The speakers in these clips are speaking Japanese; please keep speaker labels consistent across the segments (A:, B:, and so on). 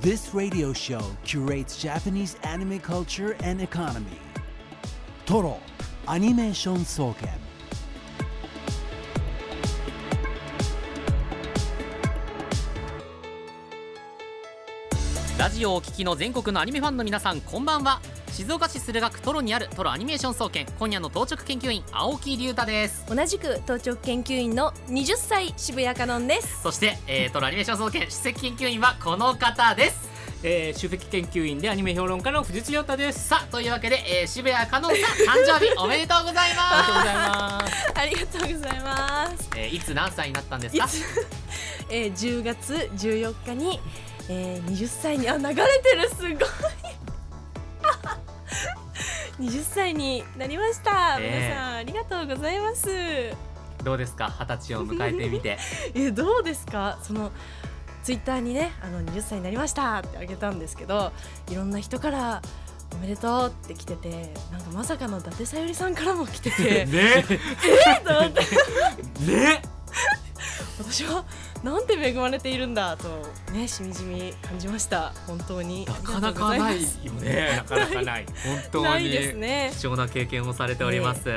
A: This radio show curates Japanese anime culture and economy. Toro, Animation Soken.
B: ラジオをお聞きの全国のアニメファンの皆さんこんばんは静岡市駿河区トロにあるトロアニメーション総研今夜の当直研究員青木隆太です
C: 同じく当直研究員の20歳渋谷香音です
B: そして、えー、トロアニメーション総研首席研究員はこの方です
D: えー、首席研究員でアニメ評論家の藤津亮太です。
B: さあというわけで、えー、渋谷香音 さん誕生日おめでとうござい
D: ありがとう
B: ま
D: ございます。
C: ありがとうございます
B: す、えー、いつ何歳になったんですか
C: えー、10月14日に、えー、20歳にあ流れてるすごい 20歳になりまし
B: ね
C: た、
B: え
C: 皆さんありがとうございますえ
B: どうですか二十歳を迎えて みて
C: どうですかそのツイッターにねあの20歳になりましたってあげたんですけどいろんな人からおめでとうって来ててなんかまさかの伊達さゆりさんからも来て て
B: ね
C: えっと思って
B: ね
C: 私はなんて恵まれているんだとねしみじみ感じました本当に
B: なかなかないよね
D: なかなかない。
B: 本
C: ありがとう
B: 当に
C: ございますないですね
B: 貴重な経験をされております。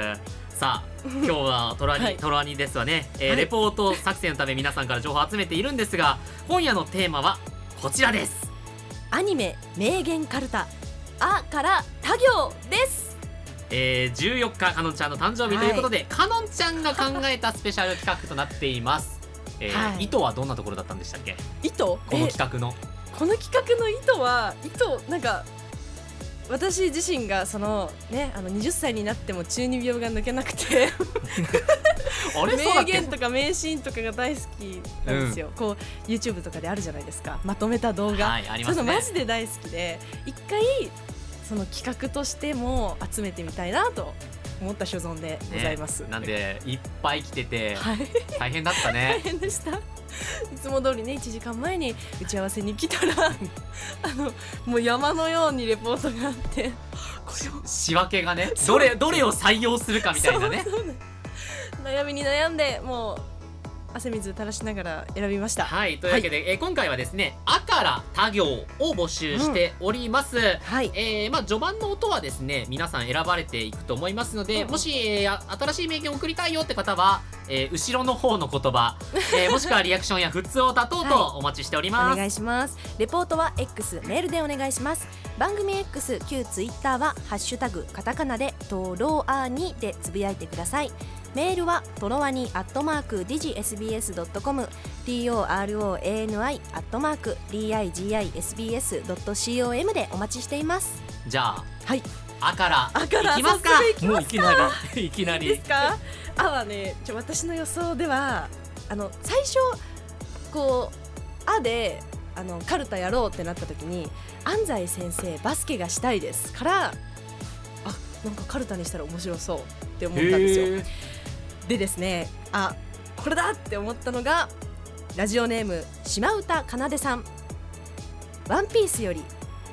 B: さあ今日はトラニ、
C: はい
B: トラニですわね、えー
C: はい
B: レポート作成のため皆さんから情報を集めているんですが今夜のテーマはこちらです
C: アニメ名言カルタあから他行です
B: えー、14日かのんちゃんの誕生日ということで、かのんちゃんが考えたスペシャル企画となっています、えー
C: はい
B: 意図はどんなところだったんでしたっけ
C: 意図
B: この企画の
C: えこの企画の意図は意図なんか私自身がそのねあの20歳になっても中二病が抜けなくて
B: あ れそうだ
C: 名
B: っけ
C: 言とか名シーンとかが大好きなんですよ、こう YouTube とかであるじゃないですかまとめた動画、
B: はいありま
C: そ
B: す
C: ういうの
B: ね
C: マジで大好きで一回その企画としても集めてみたいなと思った所存でございます、
B: ねなんでいっぱい来てて
C: はい
B: 大変だった
C: 大
B: ね
C: 変でしたいつも通りね1時間前に打ち合わせに来たらあのもう山のようにレポートがあってこれを
B: 仕分けがねどれどれを採用するかみたいなね
C: そうそうなの悩みに悩んでもう汗水垂らしながら選びました
B: はいというわけで、えー今回はですね「あ」から「他行」を募集しております、
C: はい
B: えーまあ、序盤の音はですね皆さん選ばれていくと思いますので、
C: うん
B: もし、えーあ新しい名言を送りたいよって方は、えー後ろの方の言葉、 えーもしくはリアクションや普通を立とうと
C: は
B: お待ちしており
C: お
B: ます、
C: 願いしますレポートは X メールでお願いします番組 X 旧 Twitter はハッシュタグカタカナでトロアニでつぶやいてくださいメールはトロワニアットマーク digisbs.com toroani アットマーク digisbs.com でお待ちしています
B: じゃあ
C: はい
B: 「あ」から
C: あから
B: いきますか
C: 早速いき
B: もういきなりいきない
C: いで
B: り
C: すかあはねちょ私の予想ではあの最初こう「あ」であのカルタやろうってなった時に「安西先生バスケがしたいです」から「あなんかカルタにしたら面白そう」って思ったんですよ。
B: へー
C: でですねあこれだって思ったのがラジオネーム島唄かなでさん「ワンピースより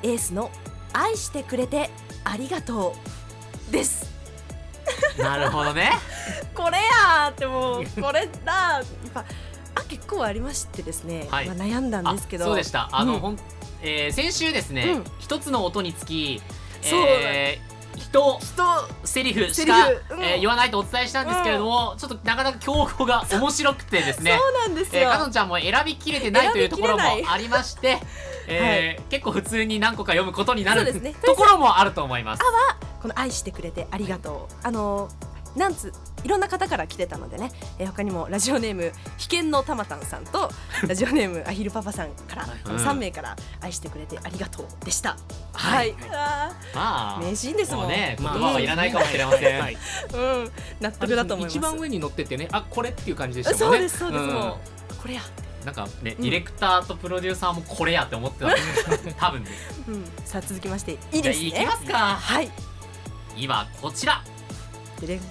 C: エースの愛してくれてありがとう」です。
B: なるほどね
C: これやーってもうこれだーってやっぱあ結構ありましてですね、
B: はい
C: まあ、悩んだんですけど
B: あそうでしたあの、
C: うん
B: ほんえー先週ですね
C: う
B: 一、つの音につき、
C: そうなん
B: えー、人
C: 人
B: セリフし
C: セリ
B: か
C: フうん
B: えー言わないとお伝えしたんですけれども、ちょっとなかなか競合が面白くてですね
C: そうなんですよ、
B: えー、かのんちゃんも選びきれてないというところも
C: 選びきれな
B: ありまして、えー結構普通に何個か読むことにな
C: そう
B: る、
C: で すね
B: ところもあると思います。
C: この愛してくれてありがとうあのなんついろんな方から来てたのでね、えー他にもラジオネーム秘剣のたまたんさ んとラジオネームアヒルパパさんから、この3名から愛してくれてありがとうでしたはい、あ
B: まあ
C: ー名シーンですも
B: もうんね言
D: まあ
B: 葉はいらないかもしれません。
D: はい
C: うん納得だと思います
D: 一番上に乗っててね、あ、これっていう感じでしたもん
C: そう
D: ね。
C: ですそうです、
D: ん
C: もうこれや、
B: なんかね、
C: うん
B: ディレクターとプロデューサーもこれやって思ってたんです よ多分ね。
C: うん、さあ続きましていいですね
B: じゃあいきますか。
C: はい
B: 今こちら。
C: でれん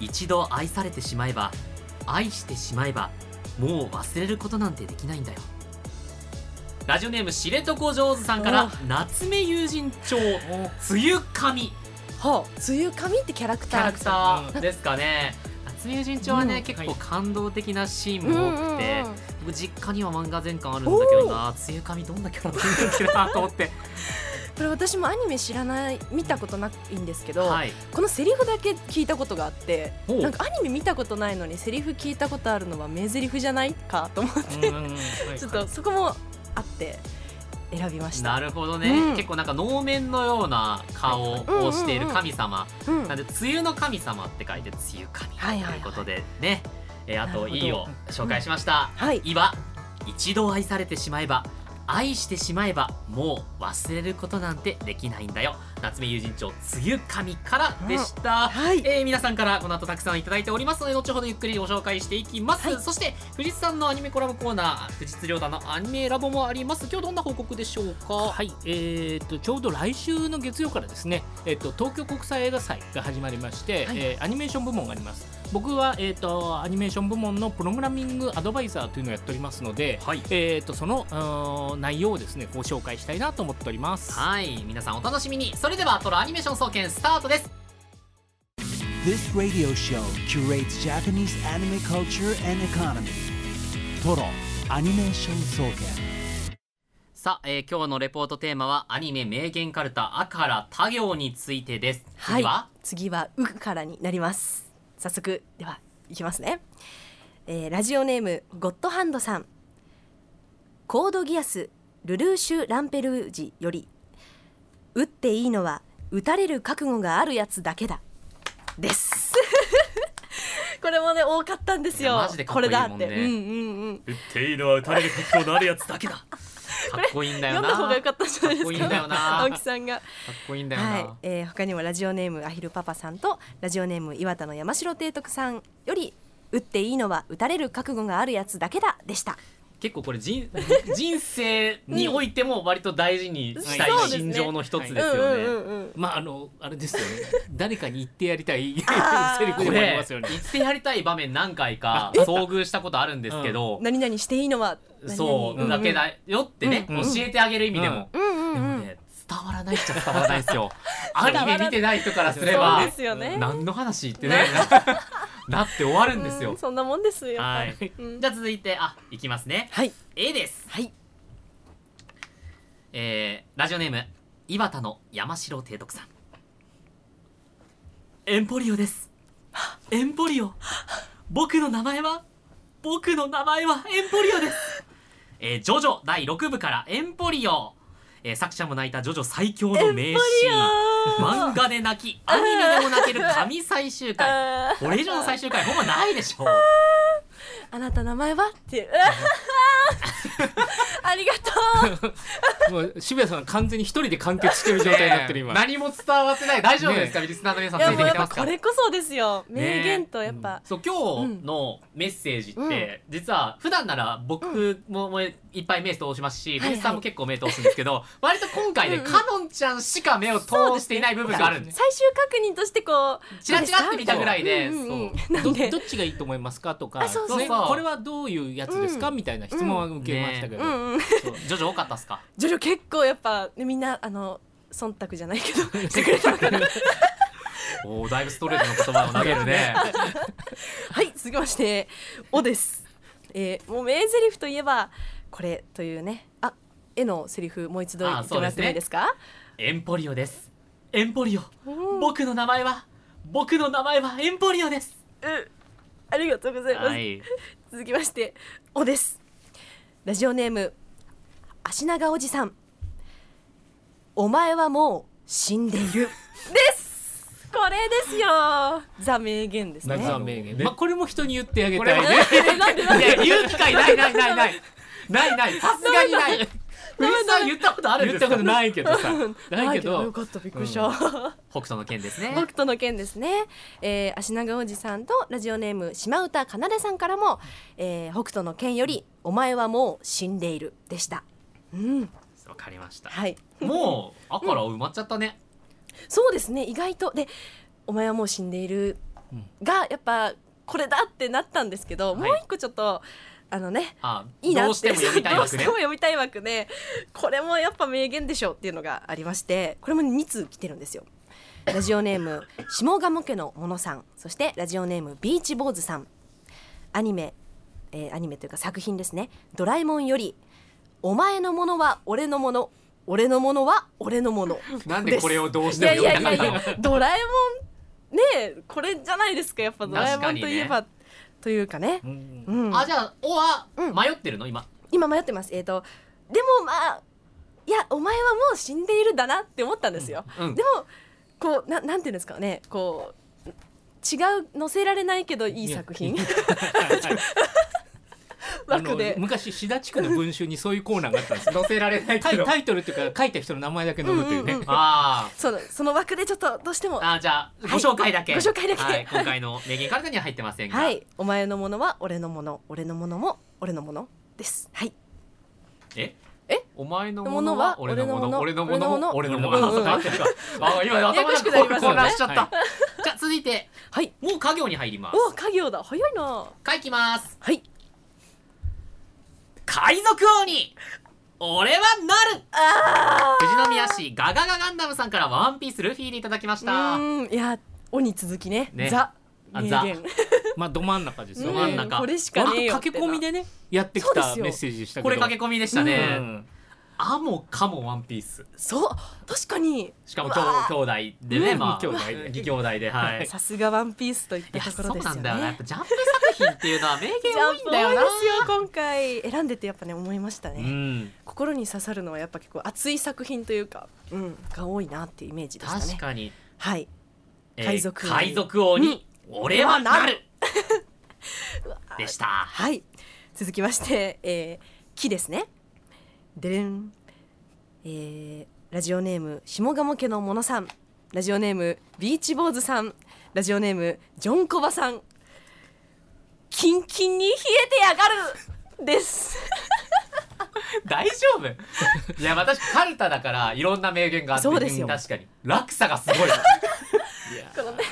B: 一度愛されてしまえば愛してしまえばもう忘れることなんてできないんだよラジオネーム知床上手さんから
C: お
B: 夏目友人帳梅雨神
C: はあ、梅雨神ってキャラク
B: キ
C: ター
B: ャラクターですかね月明神町はね、
E: うん
B: 結
E: は
B: 構
E: い
B: 感動的なシーン
C: うんうん
B: も多くて、
C: うん
B: 僕実家には漫画全巻あるんだけどな梅雨神どんなキャラなんだっけなと思って、
C: これ私もアニメ知らない見たことないんですけど、
B: はい、
C: このセリフだけ聞いたことがあって
B: ほう
C: なんかアニメ見たことないのにセリフ聞いたことあるのは名台詞じゃないかと思って
E: うんうんうんはい
C: ちょっとそこもあって選びました。
B: なるほどね、
C: うん
B: 結構なんか能面のような顔をしている神様、
C: うん
B: なんで梅雨の神様って書いて梅雨
C: はい
B: 神
C: はい
B: と
C: はいいう
B: ことでね、えーあと
C: なるほど
B: E を紹介しました、
C: はい、
B: いは一度愛されてしまえば愛してしまえばもう忘れることなんてできないんだよ夏目友人帳梅雨神からでした、
C: はい、
B: えー皆さんからこの後たくさんいただいておりますので後ほどゆっくりご紹介していきます、
C: はい
B: そして藤津さんのアニメコラボコーナー藤津亮太のアニメラボもあります今日どんな報告でしょうか
E: はい、えー、とちょうど来週の月曜からですね、えー、と東京国際映画祭が始まりまして、
C: はい
E: えーアニメーション部門があります僕は、えー、とアニメーション部門のプログラミングアドバイザーというのをやっておりますので、
B: はい
E: えー、とそのうーん内容をですねご紹介したいなと思っております
B: はい皆さんお楽しみにそれではトロアニメーション総研スタートです
A: This radio show curates Japanese anime culture and economy. Toro Animation Soken.
B: さあ、えー今日のレポートテーマはアニメ名言カルタ「あから他行」についてです次は、
C: い、次はうからになります。早速ではいきますね、えーラジオネームゴッドハンドさん。コードギアスルルーシュランペルージより打っていいのは打たれる覚悟があるやつだけだです。 これもね多かったんです
B: い
C: よ。
B: やマジでかっこいい
C: これだって。
B: もんね
C: うんうんうん。
B: 打っていいのは打たれる覚悟のあるやつだけだ かっこいいんだよ
C: 読ん
B: な
C: だ方が良かったんじゃないですか。
B: かっこいいんだよな
C: 青木さんが。
B: かっこいいんだよな、
C: はい、えー他にもラジオネームアヒルパパさんとラジオネーム岩田の山城提督さんより打っていいのは打たれる覚悟があるやつだけだでした。
B: 結構これ人人生においても割と大事にした
E: うん
B: い
E: そうです
B: 心
C: ね
B: 情の一つ
E: う
B: で
E: ん
B: すよね、
C: んうんうん。
E: まああのあれですよね誰かに言ってやりたい
C: あー
E: セリフ
B: こ
E: でもあり
B: れ
E: ます
B: 言
E: よね
B: ってやりたい場面何回か遭遇したことあるんですけど、
C: 何々していいのは何々
B: そうだけ。だよってね、
E: うん
B: 教えてあげる意味でも、
C: うんうんうんうん。
B: ね伝わらないっちゃ伝わらないです よアニメ見てない人からすれ
C: そ
B: ば
C: うですよね。
B: 何の話ってね なって終わるんです
C: う
B: よ
C: んそんなもんですよ。
B: はい
C: うん
B: じゃあ続いてあいきますね
C: はい
B: A です、
C: はい。
B: えー、ラジオネーム岩田の山城提督さんエンポリオですエンポリオ僕の名前は僕の名前はエンポリオですえー、ジョジョ第6部からエンポリオ、えー、作者も泣いたジョジョ最強の名シーン漫画で泣きアニメでも泣ける神最終回
C: あ
B: これ以上の最終回ほぼないでしょう
C: ーあなた名前はっていう。ありが とう。
E: もう渋谷さんは完全に一人で完結してる状態になってる 今、
B: 何も伝わってない大丈夫ですか、リスナーの皆さんつい
C: も
B: てき
C: うやって
B: ま
C: ぱ
B: す
C: こ
B: か
C: れこそですよ。
B: ね
C: 名言とやっぱ。
B: そう今日のメッセージって、
C: うん
B: 実は普段なら僕ももういっぱい目通しますし、
C: はいはい
B: 藤井さんも結構目通すんですけ ど割と今回ね、
C: うんうん
B: かのんちゃんしか目を通していない部分があるんです
C: 最終確認としてこう
B: チラチラって見たぐらいで
C: うんうんうん
E: そ う
C: な
E: ど
C: んで
E: どっちがいいと思いますかとか
C: あそう
B: そう
E: ね
B: そう
E: これはどういうやつですか、
C: うん
E: みたいな質問は受けましたけど、
C: うんうん
B: そう徐々多かったっすか
C: ジョジョ結構やっぱねみんなあの忖度じゃないけどしてくれたのかな
B: おーだいぶストレートの言葉を投げる ね
C: はい続きましておです、えー、もう名台詞といえばこれというねあ絵のセリフもう一度言ってもらってもいいですか
B: エンポリオですエンポリオ
C: うん
B: 僕の名前は僕の名前はエンポリオです
C: うんありがとうございます、
B: はい
C: 続きましておですラジオネーム足長おじさんお前はもう死んでいるですこれですよザ名言ですね
E: 謎は
B: ね
E: 名言、
B: ね
E: まあ、これも人に言ってあげ
B: こ
E: た
B: れ
E: い
B: は
E: ね
B: ねいや言う機 会ないないない ないないないさすがにない藤井さん言ったことあるん
E: 言
B: です
E: った
B: か
E: ことないけどさないけ
C: よ
E: ど
C: かったびっくりした、
B: 北斗の剣ですね
C: 北斗の件ですね、えー、足長おじさんとラジオネーム島唄かなでさんからも、えー、北斗の件よりお前はもう死んでいるでしたうん
B: わかりました
C: はい
B: もうあから埋まっちゃったね
C: そうですね意外とで「お前はもう死んでいる」がやっぱこれだってなったんですけど、
B: はい
C: もう一個ちょっとあのね
B: あ
C: いいな
B: どう
C: っ
B: して
C: て
B: も読みたい枠ね
C: そうどうしても読みたい枠でこれもやっぱ名言でしょっていうのがありましてこれも2通来てるんですよ。ラジオネ ーム下鴨家のものさんそしてラジオネームビーチ坊主さんアニメ、えーアニメというか作品ですね「ドラえもん」より「お前のものは俺のもの俺のものは俺のもの」
E: なんでこれをどうし
C: い
E: て
C: や
E: も
C: いやいやいやドラえもんねえこれじゃないですかやっぱドラえもんといえば、というかね、
E: うん
C: うん、
B: あじゃあ「お」は
C: うん
B: 迷ってるの今
C: 今迷ってますえっ、とでもまあいやお前はもう死んでいるだなって思ったんですよ、
B: うん
C: でもこうななんていうんですかねこう違う載せられないけどいい作品
E: いやはいはいあの
C: 枠で
E: 昔志田地区の文集にそういうコーナーがあったんです
B: 載せられない
E: タ
B: け
E: イ
B: ど
E: タイトルっていうか書いた人の名前だけ載るというね、
C: うんうんうん
B: あー
C: そのその枠でちょっとどうしても
B: あーじゃあご紹介だけ、
C: ご紹介だけ
B: はい、今回の名言からには入ってませんが、
C: はいお前のものは俺のもの俺のものも俺のものですはい
B: え
C: え
B: お前の
C: も
B: も
C: の
B: の
C: は
B: は俺のもの
C: 俺
B: 俺の
C: のも
B: も
C: の
B: のも俺のも
C: 俺のもの
B: の
C: うん
B: あー今
C: やや
B: 頭
C: こ
B: が
C: しくなりますよ
B: 混
C: ね
B: 乱しちゃった、
E: は
B: じゃあ続いて
C: はい
B: もう家業に入ります
C: お家業だ早いな
B: 書きます
C: はい
B: 海賊王に俺はなる富士宮市ガガガガンダムさんからワンピースルフィでいただきまし
C: う
B: た
C: ーんいや「お」に続きね
B: ね
C: ザ
B: あ
C: 名
B: ザ
C: 言
E: まあど真ん中ですよ
B: ど
E: ね、
B: 真ん中
C: うこれしかねえ
E: 割
C: よ
E: と
C: って
E: 駆
C: な
E: け込みでねやってき
C: そうで
E: た
C: すよ
E: メッセージでしたけど
B: これ駆け込みでしたね、
E: うん
B: あもかもワンピース
C: そう確かに
B: しかも
C: うわ
B: 兄兄弟でね、
E: うん
B: まあ
E: 兄弟で
B: 義兄弟ではい
C: さすがワンピースとい
B: い
C: った
B: や
C: とこ
B: そ
C: ろ
B: う
C: です
B: な
C: よ
B: んだよな、やっ
C: ね
B: ぱジャンプ作品っていうのは名言多いんだよな
C: ジャンプ多いですよ今回選んでてやっぱね思いましたね、
E: うん
C: 心に刺さるのはやっぱ結構熱い作品というか、うん、が多いなっていうイメージでしたね
B: 確かに、
C: はい
B: えー
C: 海賊王に
B: 海賊王に俺はな るでした
C: はい続きまして、 えー、木ですねでれん、えー、ラジオネーム下鴨家のものさんラジオネームビーチ坊主さんラジオネームジョンコバさんキンキンに冷えてやが るです
B: 大丈夫 いや私カルタだからいろんな名言があって
C: そうですよ
B: 確かに落差が すごい
C: このね、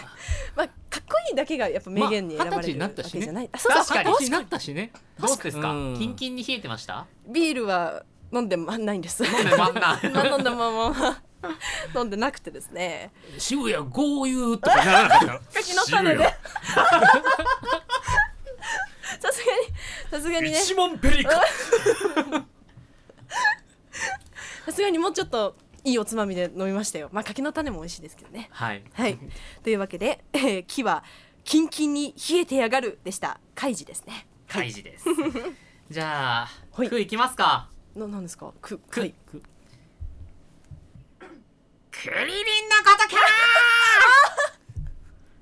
C: まあ、かっこいいだけがやっぱ名言に選ばれる
E: ま
C: わ
E: あ二十歳になったし
C: け
E: ね
C: じゃない、あそうそう
B: 確か
E: 気になったしね
B: どうですか
E: うん
B: キンキンに冷えてました
C: ビールは飲んでまないんです飲ん
B: でまんな
C: 飲んで ままま 飲んでなくてですね
E: 渋谷豪遊とかならなかった
C: 柿の種 でさすがにさすがにね
B: 一問ペリカ
C: さすがにもうちょっといいおつまみで飲みましたよまあ柿の種も美味しいですけどね
B: はい
C: はいというわけで、えー、木はキンキンに冷えてやがるでした開示ですね
B: 開示ですじゃあ
C: はい
B: 句いきますか
C: ななんですかく
B: く
C: はい
B: クリリンのことか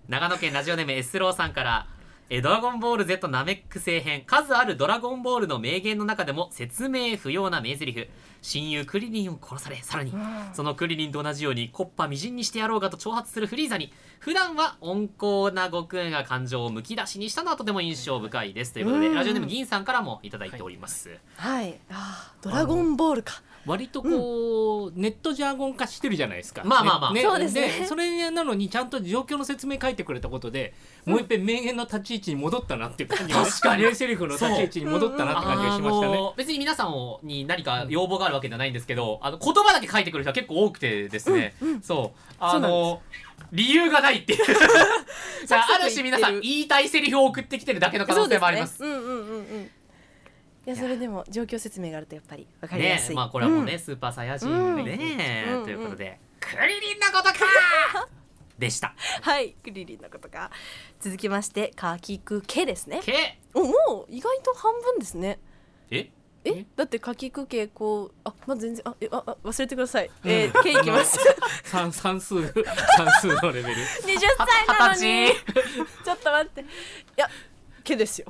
B: 長野県ラジオネームエスローさんからえドラゴンボール Z ナメック星編数あるドラゴンボールの名言の中でも説明不要な名台詞親友クリリンを殺されさらにそのクリリンと同じようにコッパみじんにしてやろうがと挑発するフリーザに普段は温厚な悟空が感情をむき出しにしたのはとても印象深いですということで
C: うん
B: ラジオネーム銀さんからもいただいております、
C: はいあードラゴンボールか
E: 割とこう、ネットジャーゴン化してるじゃないですか。
B: まあまあまあ
C: そうですね
E: それなのにちゃんと状況の説明書いてくれたことで、もう一遍名言の立ち位置に戻ったなっていう感じが
B: 確かに
E: 名セリフの立ち位置に戻ったなって感じがしました
B: あ
E: ね。
B: の別に皆さんをに何か要望があるわけじゃないんですけど、あの言葉だけ書いてくる人は結構多くてですね、そうあの理由がないっていうじゃあある種皆さん言いたいセリフを送ってきてるだけの可
C: そ
B: 能
C: うで
B: 性
C: す
B: もあります
C: ね、うんうんうんうん。いやそれでも状況説明があるとやっぱりわかりや
B: ね
C: すい。
B: まあこれはもうね、スーパーサイヤ人
C: うん
B: ね、
C: うん
B: ということで、クリリンのことかでした
C: うん。はい、クリリンのことか。続きましてカキクケですね。
B: け
C: おもう意外と半分ですね。
B: え
C: え
E: え
C: だってカキクケこうあまあ全然あえああ忘れてください。え ー、ケいきます。
E: 算算数算数のレベル。
C: 二十歳なの
B: 二十。
C: にちょっと待って。いやケ ですよ。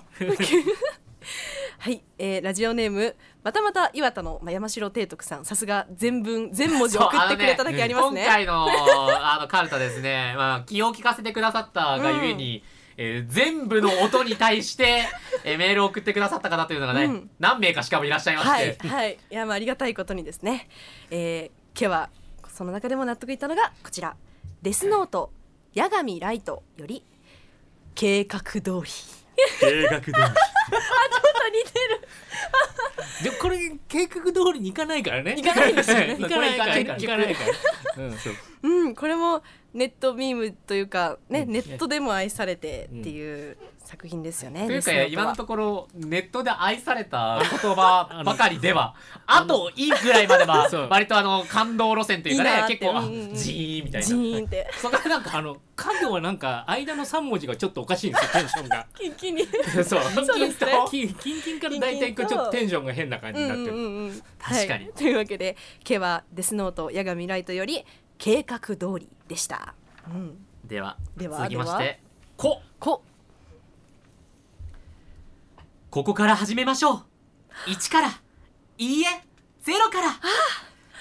C: はい、えー、ラジオネームまたまた岩田のまあ山城提督さんさすが全文全文字送ってくれただけありますね
B: 今。回のあのカルタですね、 まあ、気を利かせてくださったがゆえに、えー全部の音に対して、 えーメールを送ってくださった方というのがね、
C: うん
B: 何名かしかもいらっしゃいまし
C: は
B: て、
C: い、はい、いや、まあ、ありがたいことにですね。えー、けは、その中でも納得いったのが、こちら。デスノート、八神ライトより。計画通り。ちょっと
E: 計画通り。
C: 似てる。
E: でもこれ計画通りにいかないからね。
C: いかないですよね
E: いかないから。
B: これいかないから
E: いかないから。うん。
C: うん、これも、ネットミームというか、ね
E: うん
C: ネットでも愛されてっていう作品ですよね。
B: というか
C: リスノート
B: 今
C: は
B: のところネットで愛された言 葉ばかりではあといいぐらいまでは
E: そう
B: 割とあの感動路線というか
C: いい
B: ね
C: なーって
B: 結構あ
C: うんうんうん
B: ジーンみたい
C: ジ
B: な
C: ーンって
B: そこからなんか
E: あの家業はなんか間の三文字がちょっとおかしいんですよテンションが
C: 一気に。
E: そう
C: そうですね
E: キンキンキンから大体こうちょっとテンションが変な感じになって
C: うん
E: る、
C: うんうんうん
B: 確かに
C: はいというわけで「け」は「デスノート」「矢神ライト」より「計画通り」でした。うん、
B: では
C: では
B: 続きまし
C: では
B: てこ
C: こ
B: ここから始めましょう1からいいえ0から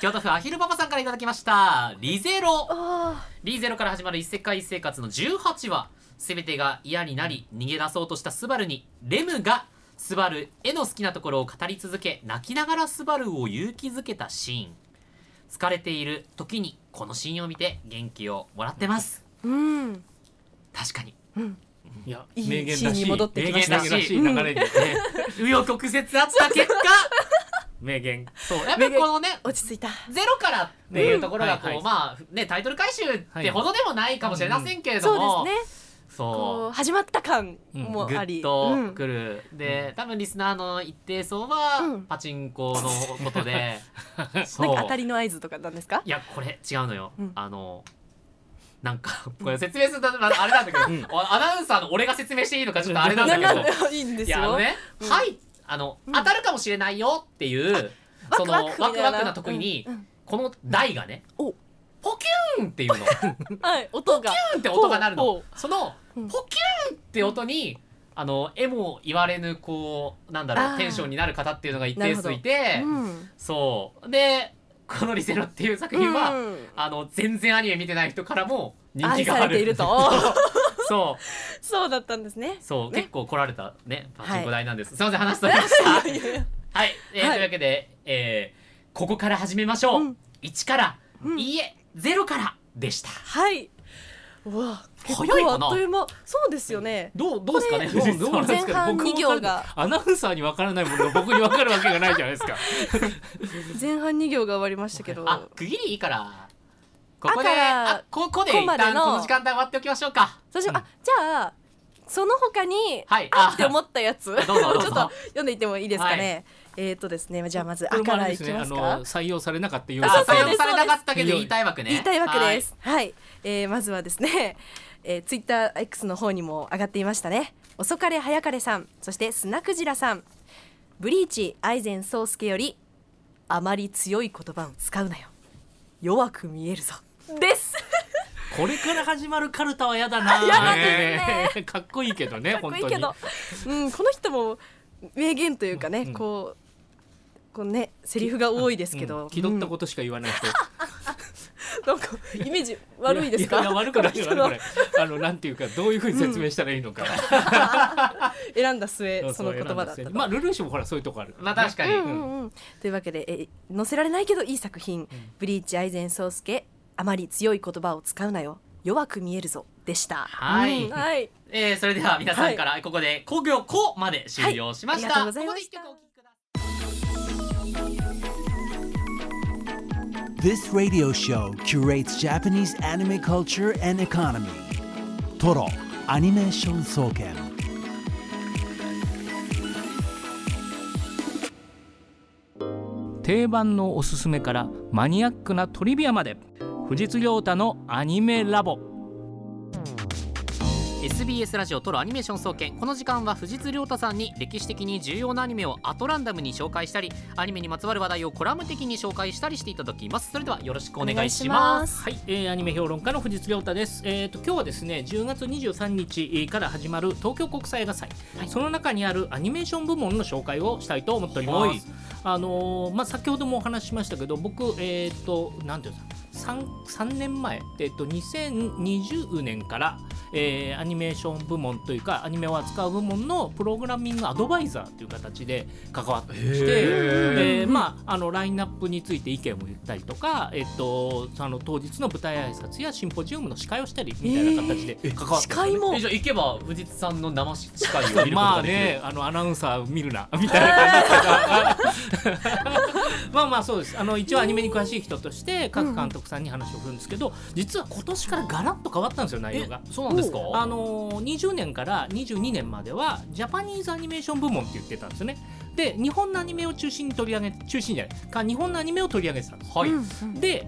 B: 京都府アヒルパパさんからいただきましたリゼロ
C: あ
B: リーゼロから始まる異世界生活の18話全てが嫌になり逃げ出そうとしたスバルにレムがスバルへの好きなところを語り続け泣きながらスバルを勇気づけたシーン疲れている時にこのシーンを見て元気をもらってます
C: ーうん
B: 確かに
C: うん
E: いや
C: いい
E: 名言らしい
C: シーンに戻って
B: きました
E: 名言らしい流れに、ね
B: 紆余曲折あった結果
E: 名言
B: そうやっぱりこの ね
C: 落ち着いた。
B: ゼロからっていうところがこう、
E: うんはいはい
B: まあねタイトル回収ってほどでもないかもしれませんけれども、
C: そうですね
B: そう
C: こう始まった感
B: グ
C: もあり、
B: ッと
C: ん
B: くる、で多分リスナーの一定層は
C: うん
B: パチンコのこと で、
C: なん
B: そ
C: か当た
B: う
C: りの合図とかなんですか
B: いやこれ違うのよ、
C: うん
B: あのなんかこれ説明するとあれなんだけど、
E: うん
B: お アナウンサーの俺が説明していいのかちょっとあれなんだ
C: な
B: け
C: な
B: ど
C: んでいいんで
B: い
C: す
B: やあの
C: よ。
B: ね、
C: うん
B: はいあの、
C: うん
B: 当たるかもしれないよっていうそのワクワクな時に、
C: うんうん
B: この台がね、
C: お
B: ポキューンってい うのポキュー
C: はい、音が
B: ンって音が鳴る
C: ほう
B: の
C: ほ
B: その
C: うん
B: ポキューンって音に、あの絵も言われぬこうなんだ
C: あ
B: ろ
C: ー
B: うテンションになる方っていうのが一定数いて、
C: うん
B: そうでこの「リゼロ」っていう作品は、
C: うん
B: あの全然アニメ見てない人からも人気
C: 愛
B: がある
C: されていると
B: そう
C: そうだったんですね。
B: そう、
C: ね
B: 結構来られたねパチンコ台なんです、すいません話しとりま したはい、えー
C: はい
B: というわけで、えーここから始めましょう、
C: うん
B: 1から、
C: うん
B: いいえ0からでした
C: はい。うわ、結
B: 早い
C: 構あ
B: か
C: っ
B: な
C: という間。そうですよね。
B: どうどうですかね
C: これ
B: 藤井さん
E: どうなんです
C: 前
E: か
C: 半
E: 僕
C: 二行が
E: アナウンサーにわからないものが僕にわかるわけがないじゃないですか
C: 前半2行が終わりましたけど。
B: あ区切りいいからここで
C: あから
B: あここで
C: ここ
B: 一
C: まで
B: 旦
C: の
B: この時間帯終わっておきましょう か
C: そして、
E: うん
C: あ、じゃあ、その他に、
B: はい
C: あ
B: あ
C: って思ったや つ、
B: どうぞどうぞ
C: ちょっと読んでいってもいいですかね。えっ、ー、とですね、じゃあまず、
E: こ
C: あ
E: れも
C: か
E: あ
C: ら
E: れで
C: い
E: す
C: き
E: ねあ
C: ます
E: の
C: か。
E: 採用されなかったよう
B: あ
E: な
C: そうそう
B: 採
C: で
B: 用
C: す
B: されなかったけど言いたいわけね
C: 言いたいわけですす。はい、えーまずはですね、 えー、ツイッター X の方にも上がっていましたね。遅かれ早かれさん、そして砂クジラさん、ブリーチ愛禅宗介よりあまり強い言葉を使うなよ。弱く見えるぞ。です。
E: これから始まるカルタはやだな
C: やだです
E: ねかっこいいけどね
C: かっ
E: 本
C: こいい
E: 当
C: け
E: に
C: ど、うん、この人も名言というかね、
E: うん
C: こうこうねセリフが多いですけど、
E: うん気取ったことしか言わない人
C: うんなんかイメージ悪いですか
E: やや悪くない悪く
C: こ
E: な
C: の
E: いあのなんていうかどういうふうに説明したらいいのか、
C: 人の選んだ末
E: う
C: その言葉だったと
E: まあルルーシュもほらそういうとこある
B: まあ確かに、
C: うんうんうん、というわけでえ載せられないけどいい作品「ブリーチ愛禅宗介あまり強い言葉を使うなよ弱く見えるぞ」でした。
B: はい
C: うんはい
B: えーそれでは皆さんからここで工業こまで終了しました、
C: はいありがとうございました
B: ここで一曲お聴きください
A: This radio show curates Japanese anime culture and economy. Toro, Animation Soken.
E: 「定番のおすすめからマニアックなトリビアまで藤津亮太のアニメラボ
B: SBS ラジオトロアニメーション総研この時間は藤津亮太さんに歴史的に重要なアニメをアトランダムに紹介したりアニメにまつわる話題をコラム的に紹介したりしていただきますそれではよろしくお願いします
E: はい、えーアニメ評論家の藤津亮太です。えっ、と今日はですね、10月23日えーから始まる東京国際映画祭、その中にあるアニメーション部門の紹介をしたいと思っております。
B: はい
E: あのーまあ先ほどもお話ししましたけど、僕えっ、となんていうんですか。3, 3年前、えっと2020年から、えーアニメーション部門というかアニメを扱う部門のプログラミングアドバイザーという形で関わってまして、でまあ、あのラインナップについて意見を言ったりとか、えっと、その当日の舞台挨拶やシンポジウムの司会をしたりみたいな形で関わって
C: 司会も
B: えじゃあ行けば藤津さんの生司会を見ることができる、
E: まあね、あのアナウンサー見るなみたいな感じですけど、まあまあそうですあの一応アニメに詳しい人として各監督さんに話を振るんですけど実は今年からガラッと変わったんですよ内容が。
B: そうなんですか
E: あのー20年から22年まではジャパニーズアニメーション部門って言ってたんですよね。で日本のアニメを中心に取り上げ中心じゃないか日本のアニメを取り上げてたんです。
B: はい、
E: で、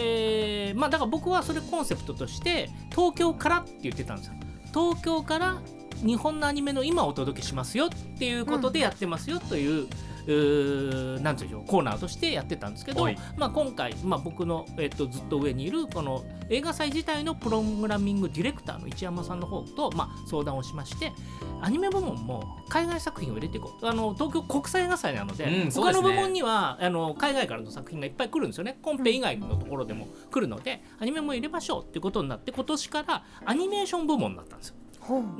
E: えーまあ、だから僕はそれコンセプトとして東京からって言ってたんですよ東京から日本のアニメの今をお届けしますよっていうことでやってますよという。うーなんていうんでしょうコーナーとしてやってたんですけど、
B: はい
E: まあ、今回、まあ、僕の、えっと、ずっと上にいるこの映画祭自体のプログラミングディレクターの一山さんの方と、まあ、相談をしましてアニメ部門も海外作品を入れていこうあの東京国際映画祭なので,、
B: うんそう
E: 他
B: ですね
E: の部門にはあの海外からの作品がいっぱい来るんですよねコンペ以外のところでも来るのでアニメも入れましょうっていうことになって今年からアニメーション部門になったんですよ。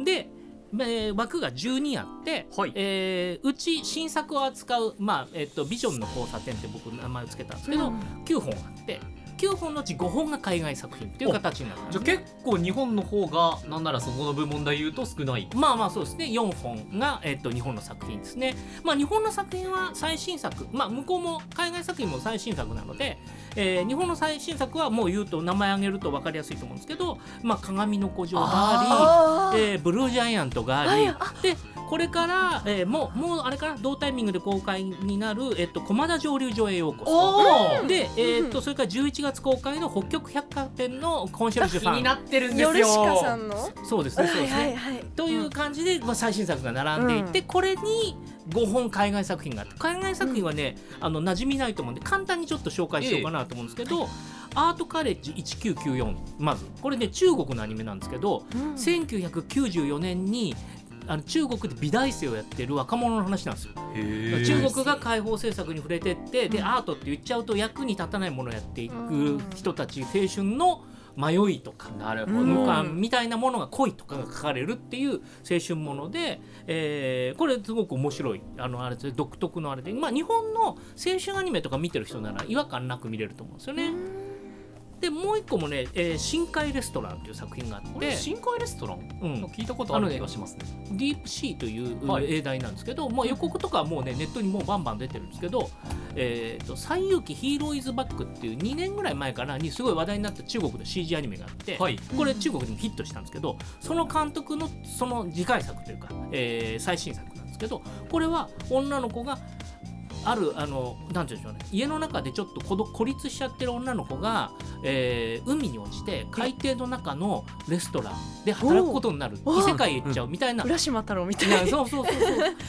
E: でえー枠が12あって、
B: はい
E: えーうち新作を扱う、まあえっとビジョンの交差点って僕名前を付けたんですけど、9本あって9本のうち5本が海外作品っていう形になったんです
B: じゃあ結構日本の方がなんならそこの部門で言うと少ない
E: まあまあそうですね4本が、えっと日本の作品ですね、まあ、日本の作品は最新作、まあ、向こうも海外作品も最新作なので、えー日本の最新作はもう言うと名前挙げると分かりやすいと思うんですけど「まあ、鏡の古城」があ
F: あ
E: り、えーブルージャイアント」があり
F: はい
E: でこれから、えーもうもうあれから同タイミングで公開になる「えっと駒田上流場へようこそ」
B: おー
E: で、えっとそれから11月公開の北極百貨店のコンシェルジュ
B: 気
E: ファン
B: になってるんですよ
C: ヨルシカさんのは
E: そうですねそうですね、
C: はい
E: という感じで、まあ、最新作が並んでいて、これに5本海外作品があって海外作品はね、あの馴染みないと思うんで簡単にちょっと紹介しようかなと思うんですけど「アートカレッジ1994」まずこれね中国のアニメなんですけど、1994年にあの中国で美大生をやってる若者の話なんですよ。
B: へー
E: 中国が開放政策に触れてって、でアートって言っちゃうと役に立たないものをやっていく人たち、青春の迷いとか
B: なるほど、
E: 無
C: うん
E: 感みたいなものが恋とかが書かれるっていう青春もので、えーこれすごく面白いあのあれですね独特のあれで、まあ、日本の青春アニメとか見てる人なら違和感なく見れると思うんですよね。でもう一個もね「えー深海レストラン」っていう作品があっ
B: これ
E: て
B: 深海レストラン、
E: うん
B: 聞いたことある気がしますね
E: ディープシーという
B: はい
E: 映題なんですけど、まあ、予告とかはもうねネットにもうバンバン出てるんですけど「えー、と西遊記ヒーローイズバック」っていう2年ぐらい前からにすごい話題になった中国の CG アニメがあって、
B: はい
E: これ中国でもヒットしたんですけどその監督のその次回作というか、えー最新作なんですけどこれは女の子があるあのなんて言うんでしょうね家の中でちょっと孤独孤立しちゃってる女の子が、えー海に落ちて海底の中のレストランで働くことになる
C: お
E: 異世界へ行っちゃうみたいな。
C: 浦島太郎みたい
E: い
C: な
E: やそう そうそう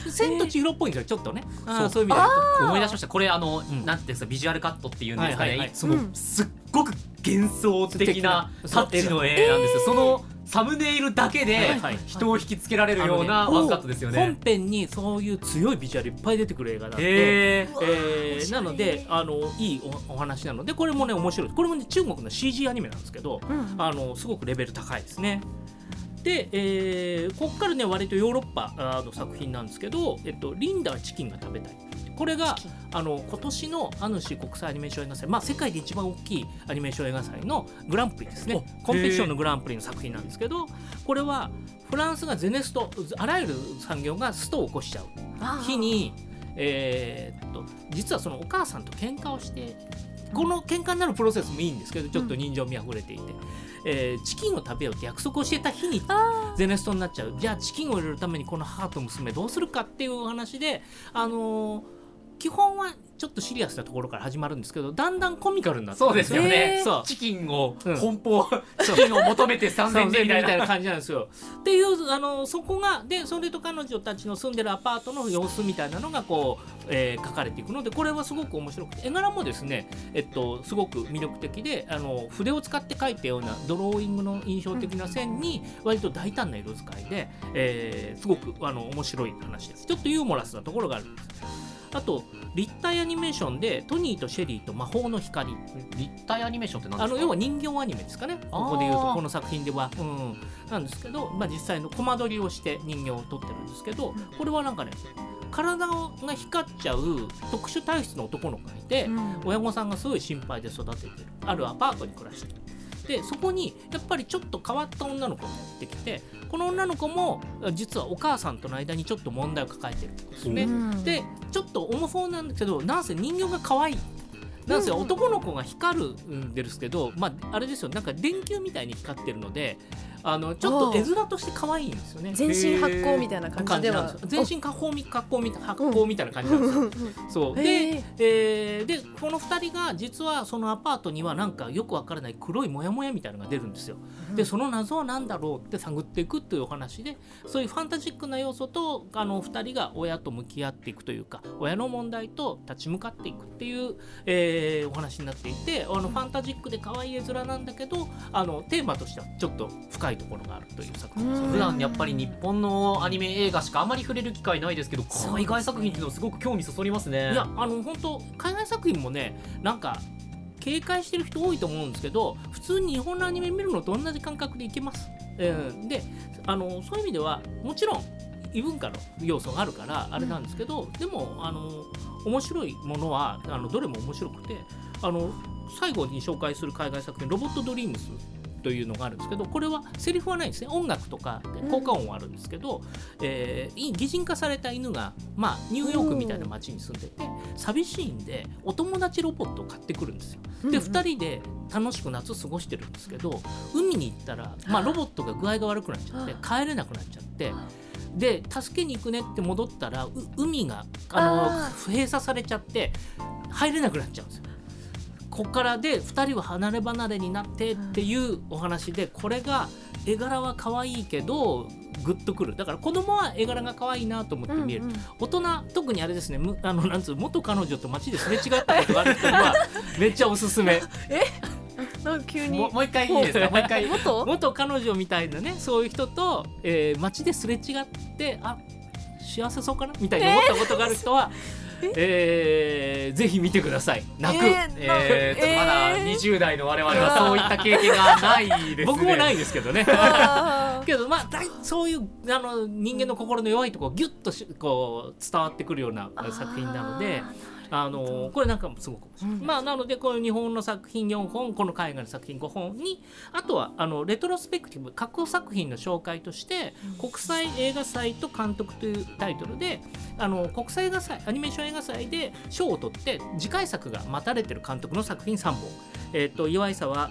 E: そう。千と千尋っぽいんですよ、ちょっとね。あーそういう意味で
B: 思い出しましたこれあの、
E: ん
B: なんていうんですかビジュアルカットっていうんですかね、
E: はいはいはい
B: その、
C: うん
B: すっごく幻想的な
E: 素敵
B: タ
E: な
B: ッチの絵なんですよ、そのサムネイルだけ
E: は
B: で
E: いはい
B: 人を引きつけられるような
E: あのね
B: ワンカットですよ
E: 本
B: ね。
E: 編にそういう強いビジュアルいっぱい出てくる映画なんで。
B: へー
E: えーなのであのいいおお話なのでこれもね面白いこれも、ね、中国の CG アニメなんですけど、あのすごくレベル高いですね。で、えーここからね割とヨーロッパあーの作品なんですけど「えっと、リンダはチキンが食べたい」これがあの今年のアヌシ国際アニメーション映画祭、まあ、世界で一番大きいアニメーション映画祭のグランプリですね
B: お
E: コンペティションのグランプリの作品なんですけどこれはフランスがゼネストあらゆる産業がストを起こしちゃう日に、えーっと実はそのお母さんと喧嘩をしてこの喧嘩になるプロセスもいいんですけどちょっと人情味あふれていて、えーチキンを食べようって約束をしてた日にゼネストになっちゃうじゃあチキンを入れるためにこの母と娘どうするかっていうお話であのー基本はちょっとシリアスなところから始まるんですけどだんだんコミカルになって
B: そ
E: くる
B: うんですよね、
E: えーそう
B: チキンを
E: うん
B: 奔放、チキンを求めて参戦でみたい
E: みたい
B: な
E: な感じなんですよ。っていうあのそこがでそれと彼女たちの住んでるアパートの様子みたいなのがこう、えー書かれていくのでこれはすごく面白くて絵柄もですね、えっと、すごく魅力的であの筆を使って描いたようなドローイングの印象的な線に割と大胆な色使いで、えーすごくあの面白い話です。ちょっとユーモラスなところがあるんです。あと立体アニメーションでトニーとシェリーと魔法の光
B: 立体アニメーションって何で
E: あ
B: すか
E: の要は人形アニメですかね
B: あー
E: ここでいうとこの作品では、うん、なんですけど、まあ、実際のコマ撮りをして人形を撮ってるんですけどこれはなんかね体が光っちゃう特殊体質の男の子がいて、親御さんがすごい心配で育ててるあるアパートに暮らしてるでそこにやっぱりちょっと変わった女の子がやってきてこの女の子も実はお母さんとの間にちょっと問題を抱えてるんですね。
C: うん
E: でちょっと重そうなんだけどなんせ人形が可愛いなんせ
C: うんうん
E: 男の子が光るんですけど、まあ、あれですよなんか電球みたいに光ってるのであのちょっと絵面として可愛いんですよね。
C: 全身発光みたいな感じで
E: なん
C: は
E: ですよ全身加工み加工み発光みたいな感じなんですよ。 そうで、
C: へ
E: えーでこの2人が実はそのアパートにはなんかよくわからない黒いモヤモヤみたいなのが出るんですよ。でその謎は何だろうって探っていくというお話でそういうファンタジックな要素とあの2人が親と向き合っていくというか親の問題と立ち向かっていくっていう、えーお話になっていてあのファンタジックで可愛い絵面なんだけどあのテーマとしてはちょっと深いところがあるという作品ですよ
C: うん
E: ね。
B: 普段やっぱり日本のアニメ映画しかあまり触れる機会ないですけど海外作品っていうのはすごく興味そそりますね
E: いやあの本当海外作品もねなんか警戒してる人多いと思うんですけど普通に日本のアニメ見るのと同じ感覚でいけます、うん、であのそういう意味ではもちろん異文化の要素があるからあれなんですけど、でもあの面白いものはあのどれも面白くてあの最後に紹介する海外作品「ロボットドリームス」というのがあるんですけどこれはセリフはないんですね音楽とか効果音はあるんですけど、えーい擬人化された犬が、まあ、ニューヨークみたいな街に住んでて寂しいんでお友達ロボットを買ってくるんですよ。で2人で楽しく夏過ごしてるんですけど海に行ったら、まあ、ロボットが具合が悪くなっちゃって帰れなくなっちゃって。で助けに行くねって戻ったらう海があ
C: あ
E: の閉鎖されちゃって入れなくなっちゃうんですよ。こっからで2人は離れ離れになってっていうお話でこれが絵柄は可愛いけどグッとくるだから子供は絵柄が可愛いなと思って見える、大人特にあれですねむ あのなんつう元彼女と街ですれ違ったことがある人にはめっちゃおすす め
C: なんか急に
B: ももう一回いいですかもう一回
C: 元
E: 元彼女みたいなねそういう人と、えー街ですれ違ってあ幸せそうかなみたいに思ったことがある人は、えーぜひ見てください泣く、
C: えーな
B: えー、ちょっとまだ
C: えー
B: 20代の我々はそういった経験がないですね
E: 僕もないいですけどね
C: あー
E: けどまあ大そういうあの人間の心の弱いところギュッとしこう伝わってくるような作品なのであのこれなんかもすごく面白い、まあなのでこの日本の作品4本この海外の作品5本にあとはあのレトロスペクティブ過去作品の紹介として国際映画祭と監督というタイトルであの国際映画祭アニメーション映画祭で賞を取って次回作が待たれてる監督の作品3本、えっと岩井沢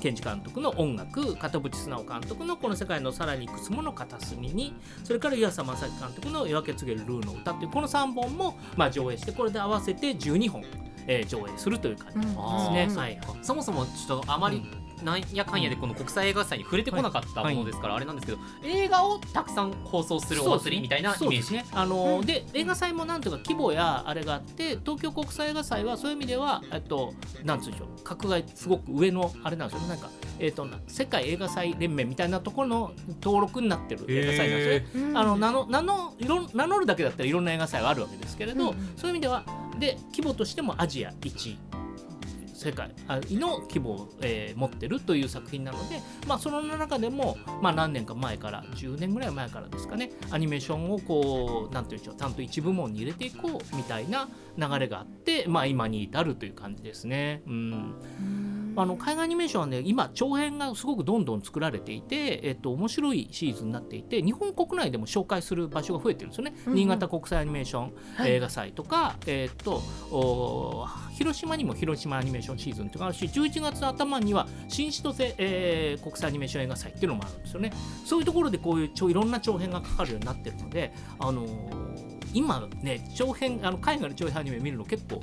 E: 健二監督の音楽片渕素直監督の「この世界のさらにいくつもの片隅に」それから湯浅正樹監督の「夜明け告げるルーの歌」っていうこの3本も、まあ、上映してこれで合わせて12本、えー上映するという感じです
B: う
E: ね。
B: ん
E: はいはい
B: そもそもちょっとあまりなんやかんやでこの国際映画祭に触れてこなかった
E: はい
B: ものですからあれなんですけど映画をたくさん放送するお祭りみたいなイ
E: そう
B: メ
E: で
B: ー
E: す
B: ジ
E: ね。あのーで映画祭もなんというか規模やあれがあって東京国際映画祭はそういう意味ではえっとなんつうんでしょう格外すごく上のあれなんですよねなんかえっとな世界映画祭連盟みたいなところの登録になってる映画祭なんですよね。あの名の名のいろん名乗るだけだったらいろんな映画祭はあるわけですけれど、
C: うんうん
E: そういう意味ではで規模としてもアジア1位世界あの規模を、えー持ってるという作品なので、まあ、その中でも、まあ、何年か前から10年ぐらい前からですかねアニメーションをこうなんていうんでしょうちゃんと一部門に入れていこうみたいな流れがあって、まあ、今に至るという感じですね。うんあの海外アニメーションはね今長編がすごくどんどん作られていて、えっと、面白いシリーズになっていて日本国内でも紹介する場所が増えてるんですよね、
C: うんうん
E: 新潟国際アニメーション
C: はい
E: 映画祭とか、えっとお広島にも広島アニメーションシーズンとかあるし11月の頭には新千歳、えー国際アニメーション映画祭っていうのもあるんですよねそういうところでこういうちょいろんな長編がかかるようになってるので、あのー今ね長編あの海外の長編アニメ見るの結構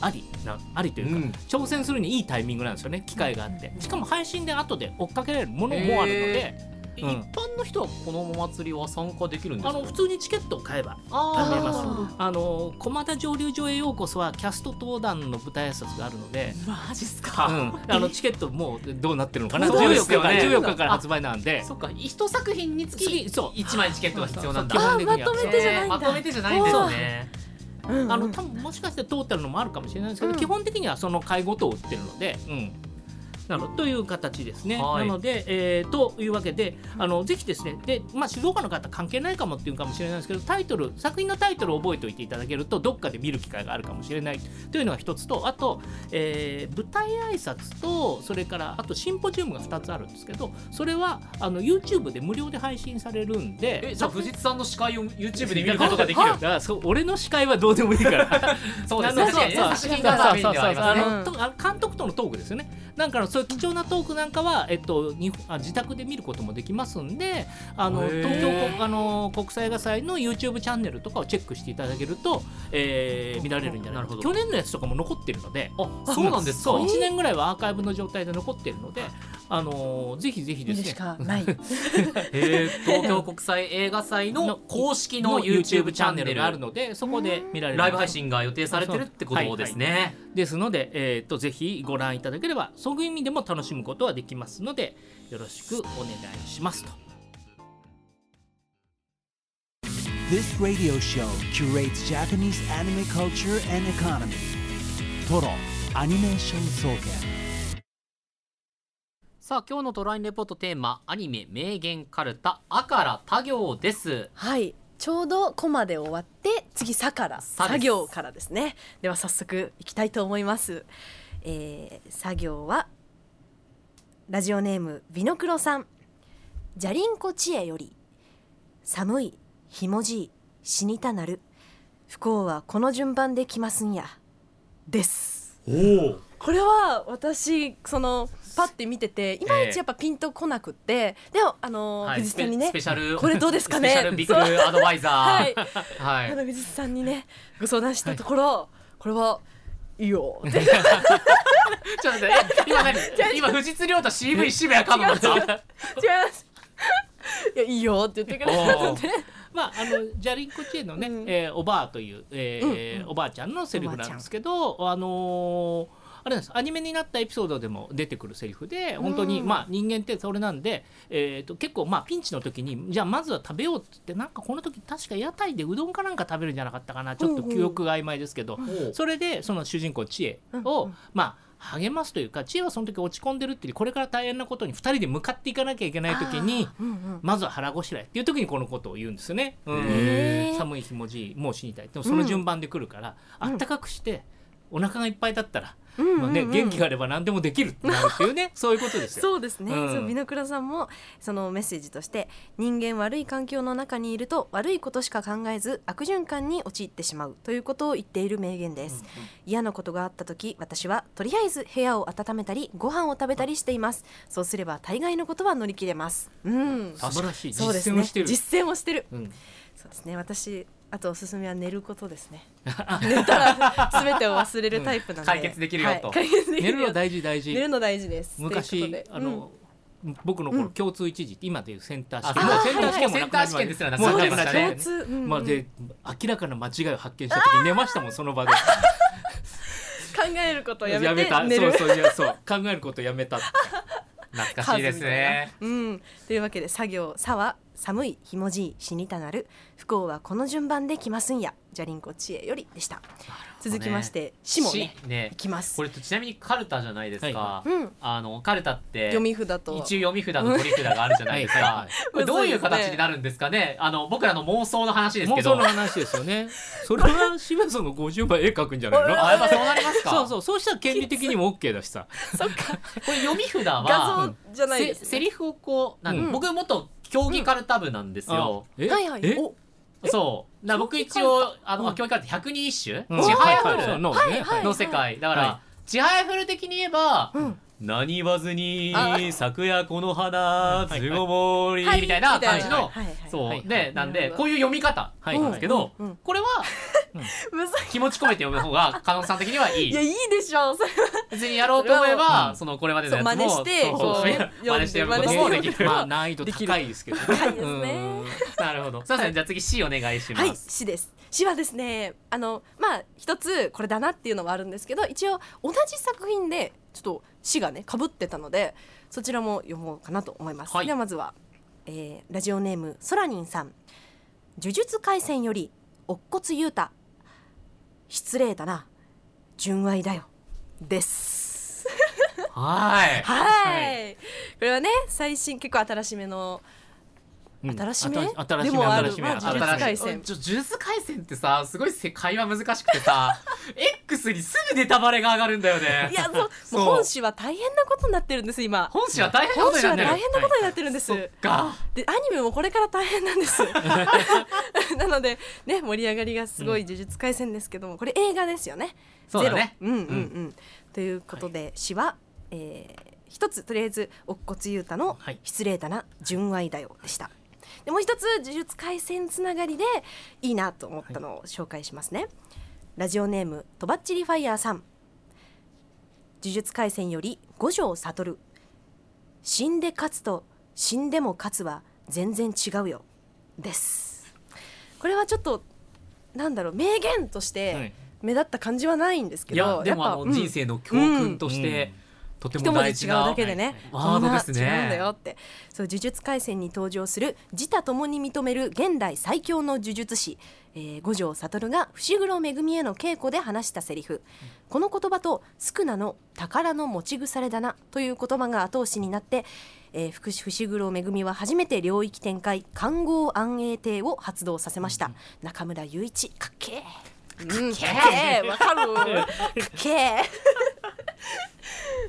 E: ありなありというか、
B: うん
E: 挑戦するにいいタイミングなんですよね機会があってしかも配信で後で追っかけられるものもあるので、
B: 一
E: うん
B: 般の人はこのお祭りは参加できるんです
E: あ
B: か
E: の普通にチケットを買えば
B: あ
E: 食べ
B: ー
E: ます
B: なるほど
E: あの駒田上流場へようこそはキャスト登壇の舞台挨拶があるので、
B: マジっす
E: う
B: か、
E: ん、あのチケットもうどうなってるのかな
B: そうです
E: 14日
B: よ
E: から
B: ね
E: 14日から発売なんで
B: そっか一作品につき
E: 次そう
B: 1枚チケットが必要なんだ
E: そうそう基本的には
C: あまとめてじゃないんだ
B: えーまとめてじゃないんですね
E: あの多分もしかして通ってるのもあるかもしれないですけど、
C: うん
E: 基本的にはその会ごとを売ってるので、うんなのという形ですね。
B: はい
E: なので、えーというわけであのぜひですねで、まあ、静岡の方関係ないかもっていうかもしれないですけどタイトル作品のタイトルを覚えておいていただけるとどっかで見る機会があるかもしれないというのが一つとあと、えー舞台挨拶とそれからあとシンポジウムが2つあるんですけどそれはあの YouTube で無料で配信されるんで
B: えじゃあ藤津さんの司会を YouTube で見ることができ
E: だ
B: る
E: からだからそう俺の司会はどうでもいいから。
B: そうです
E: な
B: ね
E: の
B: 確かにね
E: でそう
B: 作品がさメインではありますね
E: あのとあの監督とのトークですよね。なんかそういう貴重なトークなんかは、えっと、日本あ自宅で見ることもできますんであの
B: へー
E: 東京国あの国際映画祭の YouTube チャンネルとかをチェックしていただけると、えー見られるんじゃな
B: な
E: い
B: るほ
E: か
B: ど
E: 去年のやつとかも残ってるので
B: あそうなんですか
E: 1年ぐらいはアーカイブの状態で残ってるので、あのぜひぜ
C: 見
E: ひで
C: る
E: す
C: し
E: ね
C: かない。
B: えー東京国際映画祭の
E: の
B: 公式の
E: の
B: YouTube
E: YouTube
B: チ
E: チ
B: ャ
E: ャ
B: ン
E: ン
B: ネ
E: ネ
B: ルが
E: ルが
B: あ
E: あ
B: る
E: る
B: の
E: のでそこで見られる
B: ライブ配信が予定されてるってことですね。
E: ですので、えー、とぜひご覧いただければそういう意味でも楽しむことはできますのでよろしくお願いします と。
A: This radio show curates Japanese anime culture and economy. Toro Animation Soken.
B: さあ今日のトラインレポートテーマアニメ名言カルタあから他行です。
C: はい。ちょうどコマで終わって次さから
B: さです
C: 作業からですね。では早速いきたいと思います。えー、作業はラジオネームビノクロさん。じゃりんこ知恵より寒いひもじい死にたなる不幸はこの順番で来ますんやです。
B: おお。
C: これは私そのパッて見てていまいちやっぱピンとこなくって、でもあの、
B: はい、
C: 藤井
B: ス
C: さんに
B: ペ
C: ね
B: スペシャル
C: これどうですかね
B: スペシャルビッグアドバイザ
C: はい
B: ー。は
C: あ
B: い。
C: の藤井さんにねご相談したところ、これはいいよっ
B: ち
C: て
B: ょっと待って今何？今藤津亮太 CV 渋谷かぶった。
C: 違います いやいいよって言ってくれた
B: お
C: の
B: お
C: で。
E: まあ、あのジャリンコチェのね、
C: うん
E: えーおばあという、えーおばあちゃんのセリフなんですけどあのーあれなんですアニメになったエピソードでも出てくるセリフで本当に、
C: うん
E: まあ、人間ってそれなんで、えー、と結構、まあ、ピンチの時にじゃあまずは食べようって言ってなんかこの時確か屋台でうどんかなんか食べるんじゃなかったかなちょっと記憶が曖昧ですけど、それでその主人公知恵を、まあ励ますというか知恵はその時落ち込んでるっていうこれから大変なことに2人で向かっていかなきゃいけない時に
C: うんうん
E: まずは腹ごしらえっていう時にこのことを言うんですよね。うん
C: へー
E: 寒い日もじいもう死にたいでもその順番で来るから、あったかくしてお腹がいっぱいだったら、
C: うんうんうん
E: まあね、元気があれば何でもできるってなるっていうね そういうことですよ。
C: そうですね、
E: うん
C: そう美濃倉さんもそのメッセージとして人間悪い環境の中にいると悪いことしか考えず悪循環に陥ってしまうということを言っている名言です、嫌なことがあった時私はとりあえず部屋を温めたりご飯を食べたりしていますそうすれば大概のことは乗り切れますうん
E: 素晴らしい
C: そうです
E: 実
C: ね
E: 践をしてる。
C: 実践をしてる
E: うん
C: そうですね私あとおすすめは寝ることですね寝たら全てを忘れるタイプなので、
B: 解決できるよと
C: はい解決でき
E: 寝る
C: るよ
E: の大事大事
C: 寝るの大事ですという
E: 昔
C: ことで
E: あ
C: うん
E: の、僕の頃共通一時って今でいうセンター試
B: あ
E: 験もうセンター試験
B: はいはい
E: もなくなりま
B: センター試験ですらなく
E: も
B: な
E: う
B: り
E: 全
B: ま
E: 部
B: した
E: な
B: ね
C: 共
E: くなり
C: 通、うんうん
E: まあ、で明らかな間違いを発見した時に寝ましたもんその場で
C: 考えることをや
E: や
C: め
E: め
C: て
E: た
C: 寝
E: そう
C: る
E: そういやそう考えることやめた
B: 懐かしいですね。
C: 数みたいなうん、というわけで作業「さ」は寒いひもじい死にたなる不幸はこの順番で来ますんやじゃりんこ知恵よりでした、続きまして「し」もね
B: しね
C: いきます
B: これとちなみにカルタじゃないですか
E: は。
C: うん
B: あのカルタって
C: 読み札と
B: 一応読み札と取り札があるじゃないです
E: はいはいは
B: か
E: い。
B: これどういう
C: むずいです
B: 形
C: ね
B: になるんですかね。あの僕らの妄想の話です
E: 妄
B: け
E: 想
B: ど
E: の。話ですよね。それは渋谷さんの50倍絵描くんじゃない の？
B: あやっぱそうなりますか。
E: そうそう、そうしたら権利的にも OK だしさ。
C: そっか
B: これ読み札は
C: 画像じゃない
B: せ
C: です、
B: セリフをこうなんだ
E: うん
B: 僕もっと競技カルタ部なんですよ。
E: え
C: はいはい
E: え
C: お
B: そう。だから僕一応あの競技カルタ百人一首。
E: うん
B: ちはやふ
E: はいはい
B: る
E: のねはい
B: の世界だから
E: は
B: ちはやふる的に言えば
C: ん。
B: 何言わずに
C: あ
B: 昨夜この花
E: はいはい
B: つごもりみたいな感じの
C: はいはい
B: そ
E: は
B: う
E: い
B: でなん
C: な
B: で
C: るほど
B: こういう読み方
E: はい
B: なんですけど
C: うんうん
B: これは
C: むず
B: 気持ち込めて読む方 が加納さん的にはい
C: い
B: い
C: いやいいでしょうそれ
B: 別にやろうと思え
E: う
B: ば
E: ん
B: そのこれまでの
C: そう
B: やつも
C: 真似して
B: そう
C: こう
B: 真似
C: 読んで
B: して読むことも
C: 真
B: で
C: 似して
B: きる
E: まあ難易度高いですけどね。
C: 高いですね
E: うん
B: なるほど。すみません。じゃあ次 C お願いしま
C: はい、
B: す。
C: 詩です。詩はですね、あの、まあ、一つこれだなっていうのはあるんですけど、一応同じ作品で。ちょっと詩がね、被ってたので、そちらも読もうかなと思います。
B: はい
C: では、まずは、えーラジオネームソラニンさん。呪術廻戦より、乙骨雄太。失礼だな。純愛だよ。です。
B: ははい
C: はい、
E: は
C: これはね最新結構新しめの
E: うん
C: 新しめ
E: 新し
C: で
E: め
C: もある
E: 新しめ
C: まあ
E: 新しめ
C: 呪術廻戦
B: ちょ呪術廻戦ってさすごい世界は難しくて さ X にすぐネタバレが上がるんだよね
C: いや そう
B: そう
C: もう本誌は大変なことになってるんです今
B: 本誌は大変なこ
C: 本
B: とに
C: 誌
B: なっ
C: は
B: てる
C: 大変なことになってるんです、
B: そっか
C: でアニメもこれから大変なんです なのでね盛り上がりがすごい呪術廻戦ですけどもこれ映画ですよね
B: そうだね
C: ゼロうんうんうん、ということで、詩は、えー一つとりあえず乙骨雄太の
E: はい
C: 失礼だな純愛だよでした、でもう一つ呪術廻戦つながりでいいなと思ったのを紹介しますね、ラジオネームとばっちりファイヤーさん呪術廻戦より五条悟死んで勝つと死んでも勝つは全然違うよですこれはちょっとなんだろう名言とし
E: は
C: て
E: い
C: 目立った感じはないんですけ
B: い
C: ど、
B: やでもあ
C: やっ
B: の
C: ぱうん
B: 人生の教訓として、とて
C: 一
B: も
C: 文
B: 大事
C: 字違う
B: な
C: だけでね、
B: はいはい
C: こんな
B: ワードですね
C: 違うんだよってそう呪術廻戦に登場する自他ともに認める現代最強の呪術師、えー五条悟が伏黒恵への稽古で話したセリフ、この言葉と「宿儺の宝の持ち腐れだな」という言葉が後押しになって、えー、福伏黒恵は初めて領域展開環合安永帝を発動させました、中村雄一かっけーうん、かっけーわかるかっけー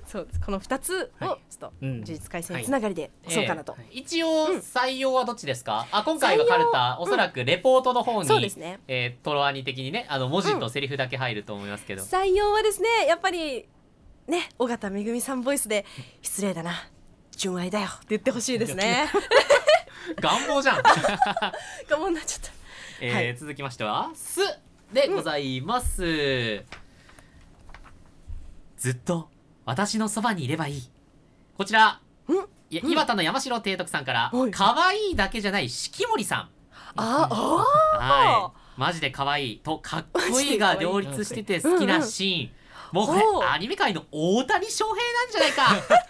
C: そうこの二つをちょっと
E: うん
C: 呪術廻戦につながりで押そうかなと、
B: ええ一応採用はどっちですか、あ今回はカルタおそらくレポートの方に、
C: そうですね
B: えートロアニ的にねあの文字とセリフだけ入ると思いますけど、
C: 採用はですねやっぱりね尾形めぐみさんボイスで「失礼だな純愛だよ」って言ってほしいですね
B: 願望じゃん、
C: 我慢になっちゃっ
B: えー
C: はい
B: 続きましては「す」でございます、ずっと私のそばにいればいいこちら
C: たん
B: いや岩田の山城提督さんから
C: は
B: 「
C: い
B: 可愛いだけじゃない四季森さん」
C: ああ
B: はい。マジで可愛いとかっこいいが両立してて好きなシーン。もうこれ
C: ほう
B: アニメ界の大谷翔平なんじゃないか。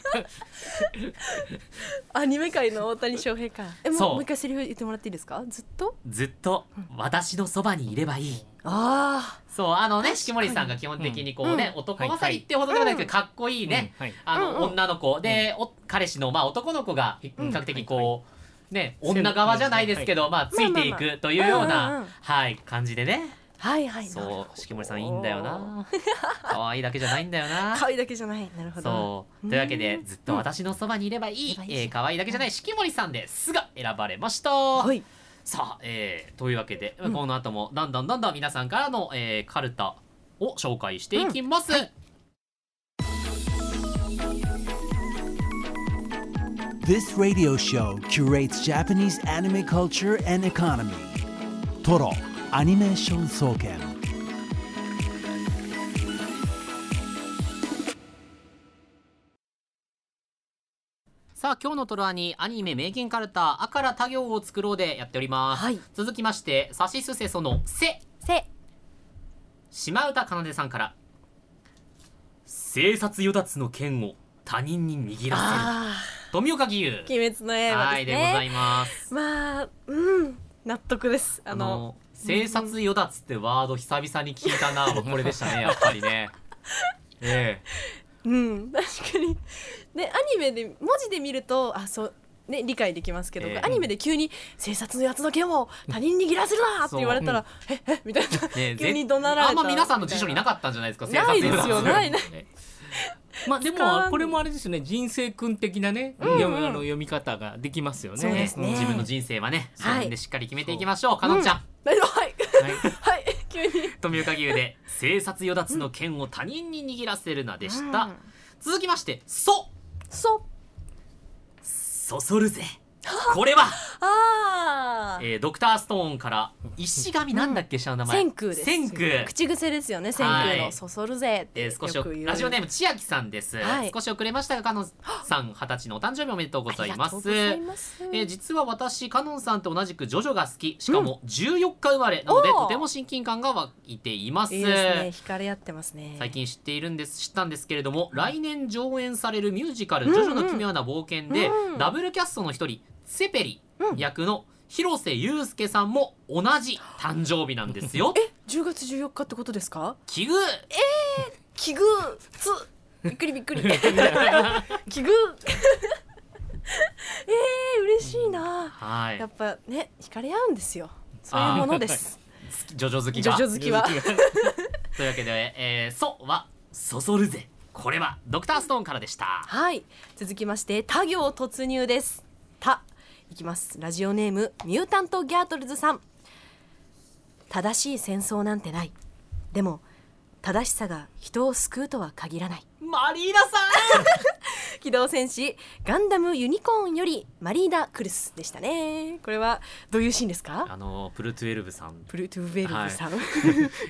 C: アニメ界の大谷翔平かえもう
B: そう
C: もう一回セリフ言ってもらっていいですかずっと
B: ずっと私のそばにいればいい。
C: あ
B: そうあのね四季森さんが基本的にこうね、男勝りってほどではないけどかっこいいね、
E: うんはい
B: あの、
C: うんうん
B: 女の子で、お彼氏のまあ男の子が比較的こう、ね女側じゃないですけど、まあついていくというよう
C: うんうんう
B: なんはい感じでね。
C: あはいはいなるほ
B: そ
C: ど
B: う四季森さんいいんだよ な。可愛いだけじゃないんだよな。
C: 可愛いだけじゃないなるほど
B: そうというわけでずっと私のそばにいればいい、
C: うん
B: えー可愛いだけじゃない四季森さんですが選ばれました、
C: はい
B: さあ、えーというわけで、この後もだんだんだんだん皆さんからの、えーカルタを紹介していきます、
A: This radio show curates Japanese anime culture and economy. Toro, Animation Soken.
B: さあ今日のトロアにアニメ名言カルタ「あから他行を作ろう」でやっております、
C: はい
B: 続きまして「さしすせそのせ」
C: せ
B: 島唄かなでさんから「生殺与奪の剣を他人に握ら
C: あ
B: せる」富岡義勇
C: あ鬼滅の刃
B: はい
C: です
B: でござ
C: ね
B: います
C: まあうん納得ですあ
B: あ
C: の
B: の生殺与奪ってワード久々に聞いたなもうこれでしたねやっぱり ね。え
C: うん確かにねアニメで文字で見るとあそうね理解できますけど、
B: ええ
C: アニメで急に「警察のやつの剣を他人に握らせるな!」って
B: そう
C: 言われたら「ええみたいな
B: えねえ
C: 急に
B: ぜ
C: 怒鳴られた
B: あんま皆さんの辞書になかったんじゃないですか生殺
C: ない
B: 与
C: ですよ
B: 奪
C: ないない
E: まあでも
C: 使わん
E: これもあれですよね人生君的なね、読みあの読み方ができますよね。
C: そうですね
B: 自分の人生はね自
C: はい
B: 分でしっかり決めていきましょう、かのんちゃん、
C: はい はい
E: はい
C: はい急に
B: 富岡牛 で「生殺与奪の剣を他人に握らせるな」でした、
C: うん
B: 続きまして「そ
C: そう」
B: そそる ぜこれは、
C: ああ
B: えードクターストーンから石神なんだっけ下の名前
C: 千空です
B: 千空
C: 口癖ですよね千空
B: は
C: の「
B: い
C: そそるぜ」って
B: え
C: よ
B: ー、少し
C: く言う
B: ラジオネーム千秋さんです、
C: はい
B: 少し遅れましたがかのんさん二十歳のお誕生日おめでとうございます
C: ありがとうございます
B: えー実は私かのんさんと同じくジョジョが好きしかも14日生まれなので、
C: おー
B: とても親近感が湧いています
C: いいですね惹かれ合ってますね
B: 最近知っているんです知ったんですけれども来年上演されるミュージカル「ジョジョの奇妙な冒険で」
C: うん
B: ダブルキャストの一人セペリ役の広瀬祐介さんも同じ誕生日なんですよ。
C: 10月14日ってことですか
B: 奇遇
C: 奇遇つびっくりびっ くり奇遇えー、嬉しいな
B: はい
C: やっぱね惹かれ合うんですよそういうも のです
B: ジョジョ好き
C: ジ
B: が
C: ョジョ好きは
B: というわけで、えー、ソはそそるぜこれはドクターストーンからでした
C: はい続きまして他行突入です他いきますラジオネームミュータントギャートルズさん正しい戦争なんてないでも正しさが人を救うとは限らない
B: マリーナさん
C: 機動戦士ガンダムユニコーンよりマリーダ・クルスでしたねこれはどういうシーンですか
B: あのプルトゥエルブさん
C: プルトゥベルブさん、
B: い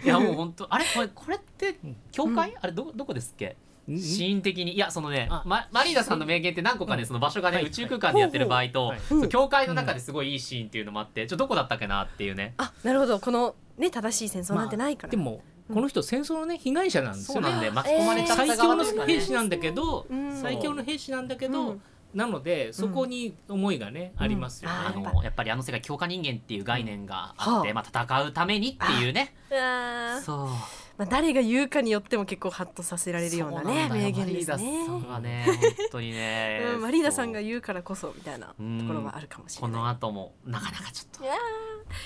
B: やもう本当あれこれこれって教会、あれどどこですっけシーン的にいやそのね
E: あ
B: ママリーナさんの名言って何個かね、
E: うん
B: その場所がね、
E: はい
B: 宇宙空間でやってる場合と、
E: はい
B: そう教会の中ですごいいいシーンっていうのもあってちょっとどこだったっけなっていうね
C: あなるほどこのね正しい戦争なんてないから、
E: でもこの人戦争のね被害者なんです
B: そ
E: よ
B: うなん
E: ね
B: で巻き込まれちゃっ
E: 最
B: た
E: 強
B: 側
E: の
B: ですかね
E: 兵士なんだけど
C: うん
E: 最強の兵士なんだけ
C: う
E: ど
C: ん
E: なのでそこに思いがねありますよ
C: うん
E: ね
C: あ
B: あ
C: ー
B: のやっぱりあの世界強化人間っていう概念があって、
C: うん
B: まあ、戦うためにっていうね
C: あー
B: そう
C: まあ、誰が言うかによっても結構ハッとさせられるようなね
B: そなんだ
C: 名
B: よ
C: 言ですね、
B: マリーナさんはね本当にね
C: うん、マリーナさんが
B: そう
C: 言うからこそみたいなと
B: うん
C: ころはあるかもしれ
B: こ
C: ない
B: の後もなかなかちょっと
C: いや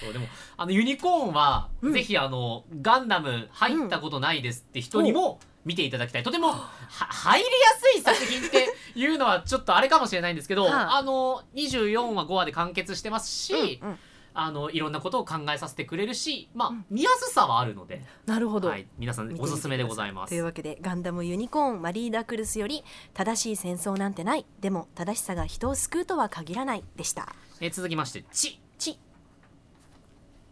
B: そうでもあのユニコーンは、
C: うん
B: ぜひあのガンダム入ったことないですって人にも見ていただきたい、とてもは入りやすい作品っていうのはちょっとあれかもしれないんですけど、
C: はあ
B: あの24話5話で完結してますし、
C: ーうん
B: あのいろんなことを考えさせてくれるし、まあ見やすさはあるので、
C: なるほど、
B: はい、皆さん
C: 見てみて
B: おすすめでございます
C: という。わけでガンダムユニコーンマリーダクルスより正しい戦争なんてないでも正しさが人を救うとは限らないでした
B: えー続きまして「ち」
C: ち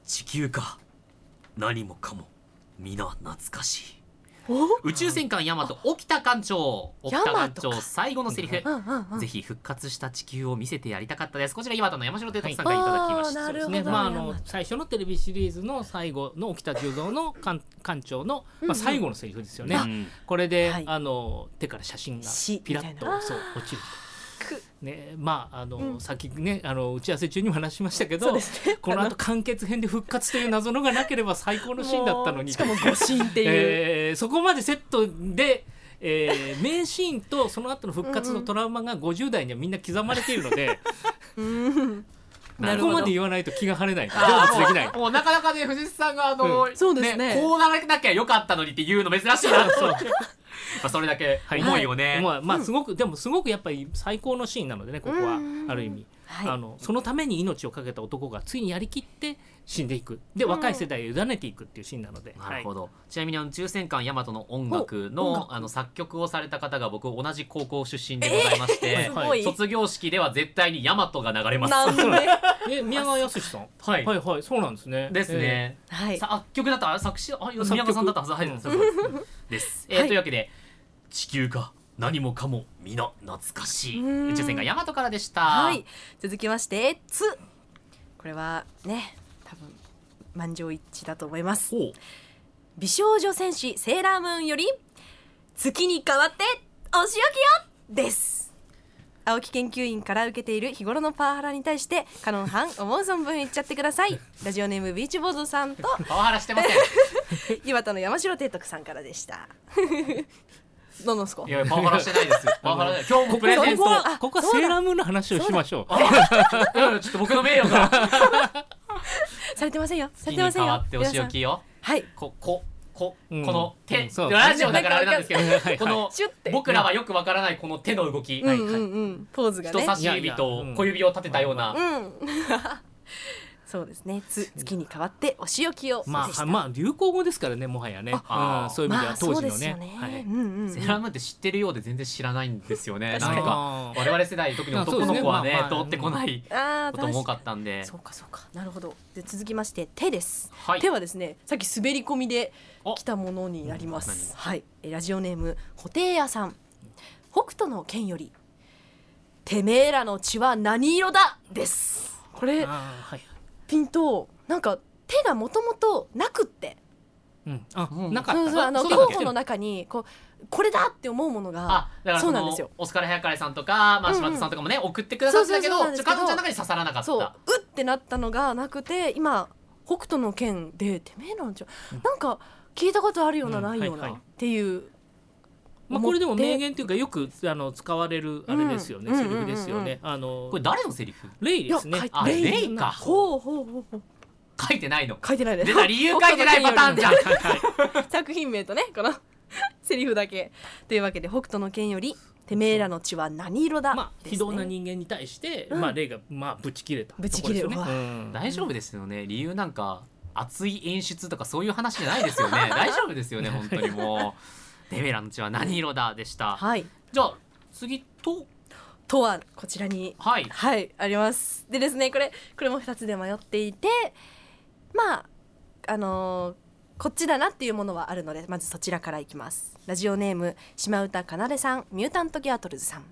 B: 地球か何もかも皆懐かしい
C: おうん
B: 宇宙戦艦ヤマト沖田艦長沖田艦
C: ヤマト
B: 長
C: か
B: 最後のセリフ、
C: うんうん
B: ぜひ復活した地球を見せてやりたかったですこちら岩田の山城哲也さんからいただきま
C: あー
B: した、
C: な
E: そうで
C: る
E: す
C: ほ
E: ね
C: ど、
E: まああ
C: 山
E: の
C: 田
E: 最初のテレビシリーズの最後の沖田十三の艦艦長の
C: うんう
E: ま
C: ん
E: あ最後のセリフですよ
B: ね
E: ね。これで
C: はい
E: あの手から写真が
C: 死
E: ピラッ
C: みた
E: と
C: いな
E: そう落ちる
C: く
E: と。ねまああ
C: うん
E: の先ねあの打ち合わせ中にも話しましたけど
C: そうですね
E: この後完結編で復活という謎のがなければ最高のシーンだったの
C: もう
E: に。
C: しかも誤信っていう、
E: えーそこまでセットで、えー名シーンとその後の復活のトラウマが50代にはみんな刻まれているので、
C: うん
B: なるほ
E: ここ
B: ど
E: まで言わないと気が晴れない成
B: あー
E: 仏できない
B: もうもうなかなかね藤井さんがあの、
C: そうですね
B: こうならなきゃよかったのにっていうの珍しいなと思って まあそれだけ思いをね、
E: まあ、まあすごく、でもすごくやっぱり最高のシーンなのでねここは、
C: うん
E: ある意味、
C: はい
E: あのそのために命を懸けた男がついにやりきって死んでいくで若い世代へ委ねていくっていうシーンなので、
B: なるほ
E: はい
B: ど、ちなみにあの宇宙戦艦ヤマトの音楽
C: お音
B: の
C: 楽
B: あの作曲をされた方が僕同じ高校出身でございまして、
E: えー
C: すごい、
B: 卒業式では絶対にヤマトが流れます。
C: なんで
E: え宮川靖さん
B: はい、
E: はいはいそうなんですね
B: ですね。
C: はい
B: さあ曲だったあ作詞あ宮
E: 曲
B: 川さんだったはずはい、
E: うん
B: そうそうです、えー
C: はい
B: というわけで地球か何もかも皆懐かし
C: う
B: い
C: ん
B: 宇宙船がヤマトからでした
C: はい、続きまして「つ」これはね多分満場一致だと思います
B: ほう
C: 美少女戦士セーラームーンより「月に代わってお仕置きよ!」です青木研究員から受けている日頃のパワハラに対してカノン班思う存分言っちゃってくださいラジオネームビーチボードさんと
B: パワハラしてま せん
C: 岩田の山城提督さんからで した何なんですか
B: いやパワハラしてない ですパワハラ今日もプレゼント
C: ここ
E: あここはセーラームーンの話をしましょう
B: うんちょっと僕の名誉 が
C: されてませんよさ
B: 月に
C: れてません
B: 変わ
C: よ
B: ってお仕置きよ
C: 皆さんはい
B: ここここ
E: うん
B: の手、
E: うんそう
B: ラジオだからあれなんですけど、
E: なんかわかんない
B: この
C: シュッて
B: 僕らはよくわからないこの手の動き、
C: うんうんうんポーズが
B: 人
C: ね
B: 差し指と小指を立てたような、
C: うん。そうですね。つ月に代わってお仕置きを。
E: ま
C: でし
E: あ
C: た
E: まあ流行語ですからねもはやね、
B: あ
E: うんそういう意
C: ま
E: 味で
C: あ
E: は当
C: そう
E: 時
C: で
E: の
C: す
E: ね
C: よね。
E: は
C: う
E: い
C: んうん
B: セーラームーンって知ってるようで全然知らないんですよね
C: 確
B: なん
C: に
B: か
E: あー
B: 我々世代特に男の子はね
E: まあそうですねまあまあ
B: 通ってこない
C: ああ
B: ことも多かっ
C: っ
B: たんで
C: そうかそうか。なるほど。で続きまして手です。
B: はい
C: 手はですね、さっき滑り込みで
B: お
C: 来たものになりま
B: うん
C: す。
B: 何
C: はい。えラジオネームホテイヤさん。北斗の剣より。てめえらの血は何色だです。これ
E: あーはい
C: ピンとなんか手がもともとなくって。
E: うんあ
B: うん
E: なか
C: そ
E: っ
C: う
E: た
C: そうあの
E: そうだっ
C: 候
E: け
C: 補の中にこうこれだって思うものが
B: あだから
C: そ
B: そう
C: なんです
B: の
C: よ
B: オスカル・ヘアカレさんとか、まあ、
C: うんうん
B: 島田さんとかもね、送ってくださってたけど
C: そうそうそうなんで
B: ちょ
C: す
B: っ
C: け
B: と彼
C: ど
B: 女の中に刺さらなかった
C: そううってなったのがなくて今北斗の拳でてめえなんちゃなんか聞いたことあるような、
E: うん
C: ないような、
E: はいはい
C: っていう
E: まあ、これでも名言というかよくあの使われるあれですよね、
C: うん
E: セリフですよね。あの
B: これ誰のセリフ
E: レイですね
C: いや書い。て
B: あ
C: レイ
B: レイか
C: ほうほうほうほう
B: 書いてないの
C: 書いてないね
B: 出た理由書いてないパターン じゃん
C: 作品名とねこの セリフだけというわけで北斗の剣よりてめえらの血は何色だ
E: まあ、
C: ですね
E: 非道な人間に対して、まあ、レイが、まあ、ぶち切れたとこ
C: ぶ
E: です
C: ち
E: よ
C: 切れ
E: ね。
C: るわ
E: うん
B: 大丈夫ですよね理由なんか熱い演出とかそういう話じゃないですよ ね大丈夫ですよね本当にもう「デメラの血は何色だ」でした
C: はい
B: じゃあ次と
C: とはこちらに
B: はい
C: はいありますでですねこれこれも2つで迷っていてまああのーこっちだなっていうものはあるのでまずそちらからいきますラジオネーム島唄かなでさんミュータント・ギャートルズさん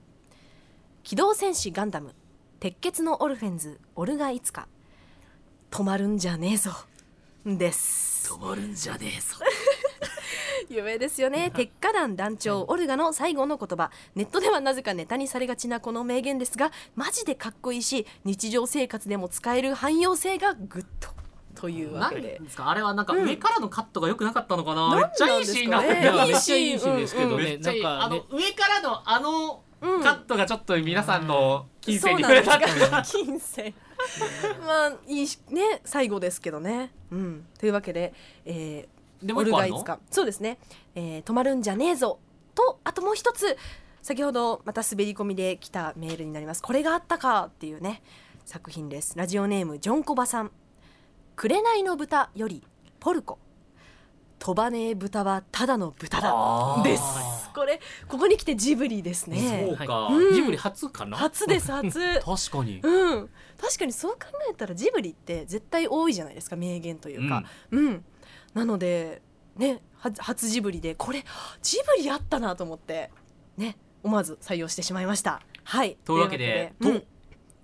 C: 「機動戦士ガンダム鉄血のオルフェンズオルガいつか止まるんじゃねえぞ」です
B: 止まるんじゃねえ ぞ
C: 有名ですよね鉄火団団長オルガの最後の言葉ネットではなぜかネタにされがちなこの名言ですがマジでかっこいいし日常生活でも使える汎用性がグッとというわ
B: なん
C: け
B: で
C: です
B: かあれはなんか上からのカットが良くなかったのかな、めっちゃいいシーンなん
C: なん
B: だ
C: ですかね
E: いやめっちゃいいシーンですけど
B: め
E: ね、
B: っちゃいい、
E: な
B: あ
E: んか、ね
B: の、上からのあの
C: うん
B: カットがちょっと皆さんの金
C: そ
B: 銭
C: う
B: に
C: な
B: 触
C: ん
B: れ
C: です
B: た
C: か
B: っていう
C: 金銭まあいいしね最後ですけどねうんというわけで、え
B: で
C: ー、
B: も
C: オ
B: う一
C: ル
B: 個あ
C: ガ
B: る
C: い
B: の
C: つかそうですね、えー止まるんじゃねえぞとあともう一つ先ほどまた滑り込みで来たメールになりますこれがあったかっていうね作品ですラジオネームジョンコバさん「紅の豚よりポルコ」「飛ばねえ豚はただの豚
B: あ
C: だ」
B: ー
C: ですこれここに来てジブリです
B: そ
C: ね
B: うか、
C: うん
E: ジブリ初かな。
C: 初で す初
B: 確かに、
C: うん、確かにそう考えたらジブリって絶対多いじゃないですか名言というか、うんなので、ね、は初ジブリでこれジブリあったなと思って、ね、思わず採用してしまいました。はい、
B: というわけで
C: というわけで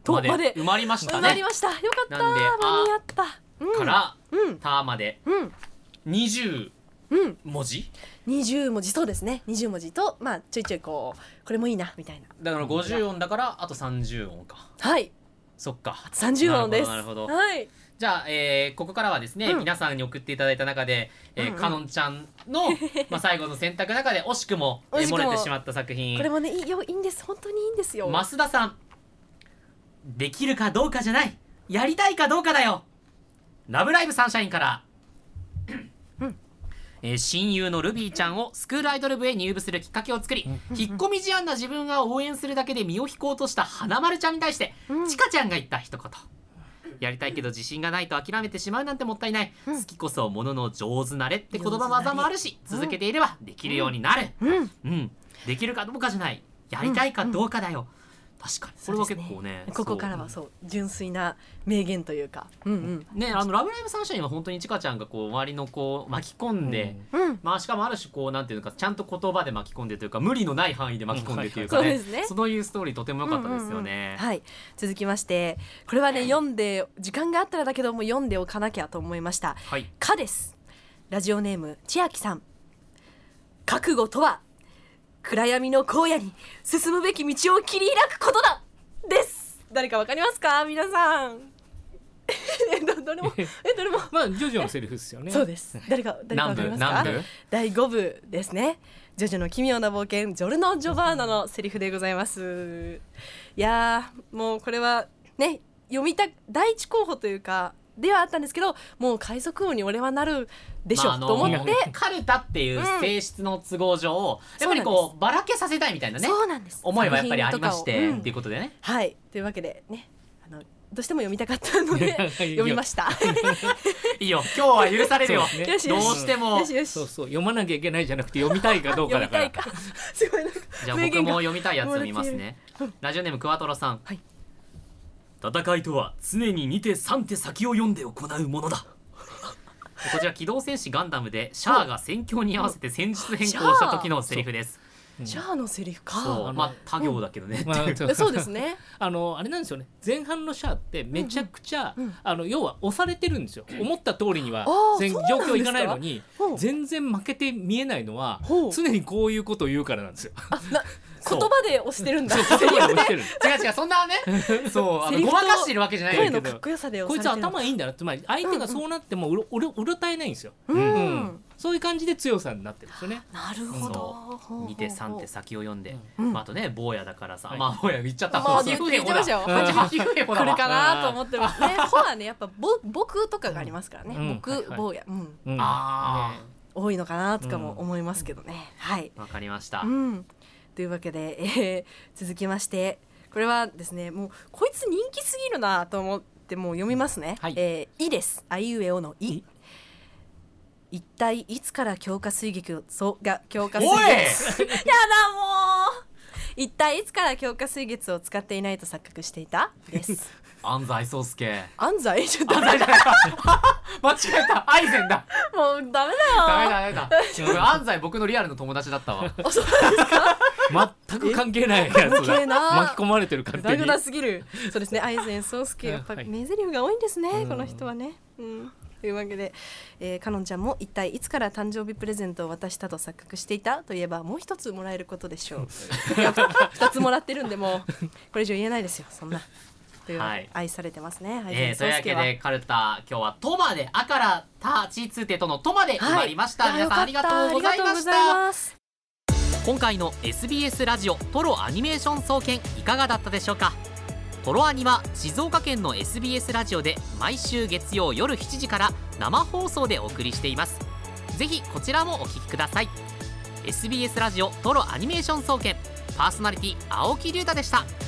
B: と
C: うんとま
B: まで
C: で
B: 埋まりました
C: 埋まり
B: ね
C: ましたよかった
B: なんで
C: 間に合った。うん、
B: から
C: うん
B: ターまで
C: うん
B: 20
C: うん、
B: 文字
C: 20文字そうですね20文字と、まあ、ちょいちょいこうこれもいいなみたいな
B: だから50音だからあと30音か
C: はい
B: そっか
C: 30音です
B: なるほどなるほど
C: はい、
B: じゃあ、えーここからはですね、
C: うん
B: 皆さんに送っていただいた中で、えー
C: うんうん
B: かのんちゃんのまあ最後の選択の中で惜しくもえー
C: 惜しくも
B: 漏れてしまった作品
C: これもねいいよいいんです本当にいいんですよ
B: 増田さんできるかどうかじゃないやりたいかどうかだよラブライブサンシャインから、えー親友のルビーちゃんをスクールアイドル部へ入部するきっかけを作り、引っ込み思案な自分が応援するだけで身を引こうとした花丸ちゃんに対して、ちかちゃんが言った一言やりたいけど自信がないと諦めてしまうなんてもったいない、好きこそものの上手なれって言葉技もあるし
C: 上手なれ
B: 続けていればできるようになる、
C: うん、
B: うん、できるかどうかじゃないやりたいかどうかだよ、確かにこれは結構ね
C: ここからは
B: そ
C: そう純粋な名言というか、うん
B: うねあの「ラブライブサンシャイン」は本当にちかちゃんがこう周りのこう巻き込んで、
C: うんうん、
B: まあ、しかもある種こうなんていうのかちゃんと言葉で巻き込んでというか無理のない範囲で巻き込んでというか
C: うん
B: ね,、
C: はいはいそうですね
B: そういうストーリーとても良かったですよね。
C: はい続きましてこれはね読んで時間があったらだけども読んでおかなきゃと思いました
B: はい
C: 「か」ですラジオネーム千秋さん覚悟とは暗闇の荒野に進むべき道を切り開くことだです誰かわかりますか皆さん えどどれもえどれも
E: まあ、ジョジョのセリフですよね。
C: そうです。誰か誰かわかりますか
B: 南部南部？
C: 第五部ですね。ジョジョの奇妙な冒険、ジョルノ・ジョバーナのセリフでございます。いやー、もうこれはね、読みた第一候補というかではあったんですけど、もう海賊王に俺はなるでしょ、
B: まああの
C: と思って。
B: カルタっていう性質の都合上、やっぱり
C: そうなん
B: こうばらけさせたいみたいなね
C: そうなんです。
B: 思いはやっぱりありまし
C: 作
B: て、
C: 品とかをうん
B: っていうことでね
C: はい、というわけでね、あのどうしても読みたかったので 読みました。
B: いいよ今日は許されるよ
E: そうです ね
C: よし
B: ど
C: よ
B: う
C: し
B: しても
C: よしよし。
E: そうそう、読まなきゃいけないじゃなくて、読みたいかどうか
C: 読み
E: だか
C: たい
E: ら。
C: か。 すごいなんか
B: じゃあ
C: 名
B: 僕
C: 言が
B: も 読みたいやつ読みますね。ラジオネームクワトロさん。
C: はい
B: 戦いとは常に2手3手先を読んで行うも のだ。こちら機動戦士ガンダムでシャアが戦況に合わせて戦術変更した時のセリフです。
C: シャアのセリフか。
B: そう、まあ他行だけどね。
E: まあ
C: えそうで す。ね。
E: あのあれなんですよね前半のシャアってめちゃくちゃ、あの要は押されてるんですよ思った通りには
C: あー
E: 全
C: そ
E: 状
C: うなんですか
E: 況いかないのに
C: ほう
E: 全然負けて見えないのは
C: ほう
E: 常にこういうことを言うからなん ですよ。
C: 言葉で押してるんだ。
E: そう言葉で押 してる
B: 違う違うそんな ね。そうあ
C: セ
B: の
C: リフ
B: ご
C: と
B: まかしてるわけじゃない
C: 声
B: よ
C: のかっこよさで
E: こ
C: 押
E: いつ
C: されてる
E: 頭いいんだなつまり相手がそうなってもうろうろうろたえないんですよ。
C: うん
E: そういう感じで強さになってるんですよね。
C: なるほどほうほうほう
B: 2手3手先を読んで、
C: うん
B: まあ、あとね坊やだからさ、
E: はい
B: まあ坊や言っちゃった
C: まあ
B: そうそう
C: 言ってましたよ
B: ほら
E: うん
B: 八分ほ
C: 来
B: ら
C: るかなと思ってますね。 ほらね、やっぱぼ僕とかがありますからね。
E: うんはい
C: 僕
E: はい
C: 坊や、うん、
E: うん
B: あ
C: 多いのかなとかも思いますけどね。はい。
B: わかりました、
C: うん。というわけで、えー続きまして、これはですね、もうこいつ人気すぎるなと思ってもう読みますね。
E: はい
C: えーいです。あいうえおのい
E: い。
C: 一体いつから強化水撃をそうが強化水
B: おい
C: 撃やだもう一体いつから強化水月を使っていないと錯覚していたです。
B: 安西宗介
C: 安 西ちょっと
B: 安西じゃない間違えたアイゼンだ
C: もうダメ
B: ダ
C: だ
B: メ
C: よ。
B: だダメだ俺安西僕のリアルの友達だったわ
C: あそうなんですか。
E: 全く関係ないやつ
C: 関係な
E: だ
C: い
E: 巻き込まれてる
C: グ
E: 勝
C: ダ
E: 手
C: グ
E: に
C: ダすぎる。そうですね。愛禅宗介やっぱ
E: はい
C: 名台詞が多いんですね。
E: ん
C: この人はね。うん。というわけで、えー、かのんちゃんも一体いつから誕生日プレゼントを渡したと錯覚していたといえばもう一つもらえることでしょう。 いや二つもらってるんでもうこれ以上言えないですよ。そんな。というわけで
B: はい
C: 愛されてますね。愛
B: え
C: 禅
B: ー、というわけ
C: 宗介は。
B: でカルタ今日は「とまで」「あ」から「た」「ち」「つ」「てとの「とまで」決まりました、
C: いや
B: 皆さんありがとうございまし
C: よかったありがとうござい
B: た
C: ます。
B: 今回の SBS ラジオトロアニメーション総研いかがだったでしょうかトロアニは静岡県の SBS ラジオで毎週月曜夜7時から生放送でお送りしていますぜひこちらもお聞きください SBS ラジオトロアニメーション総研パーソナリティ青木隆太でした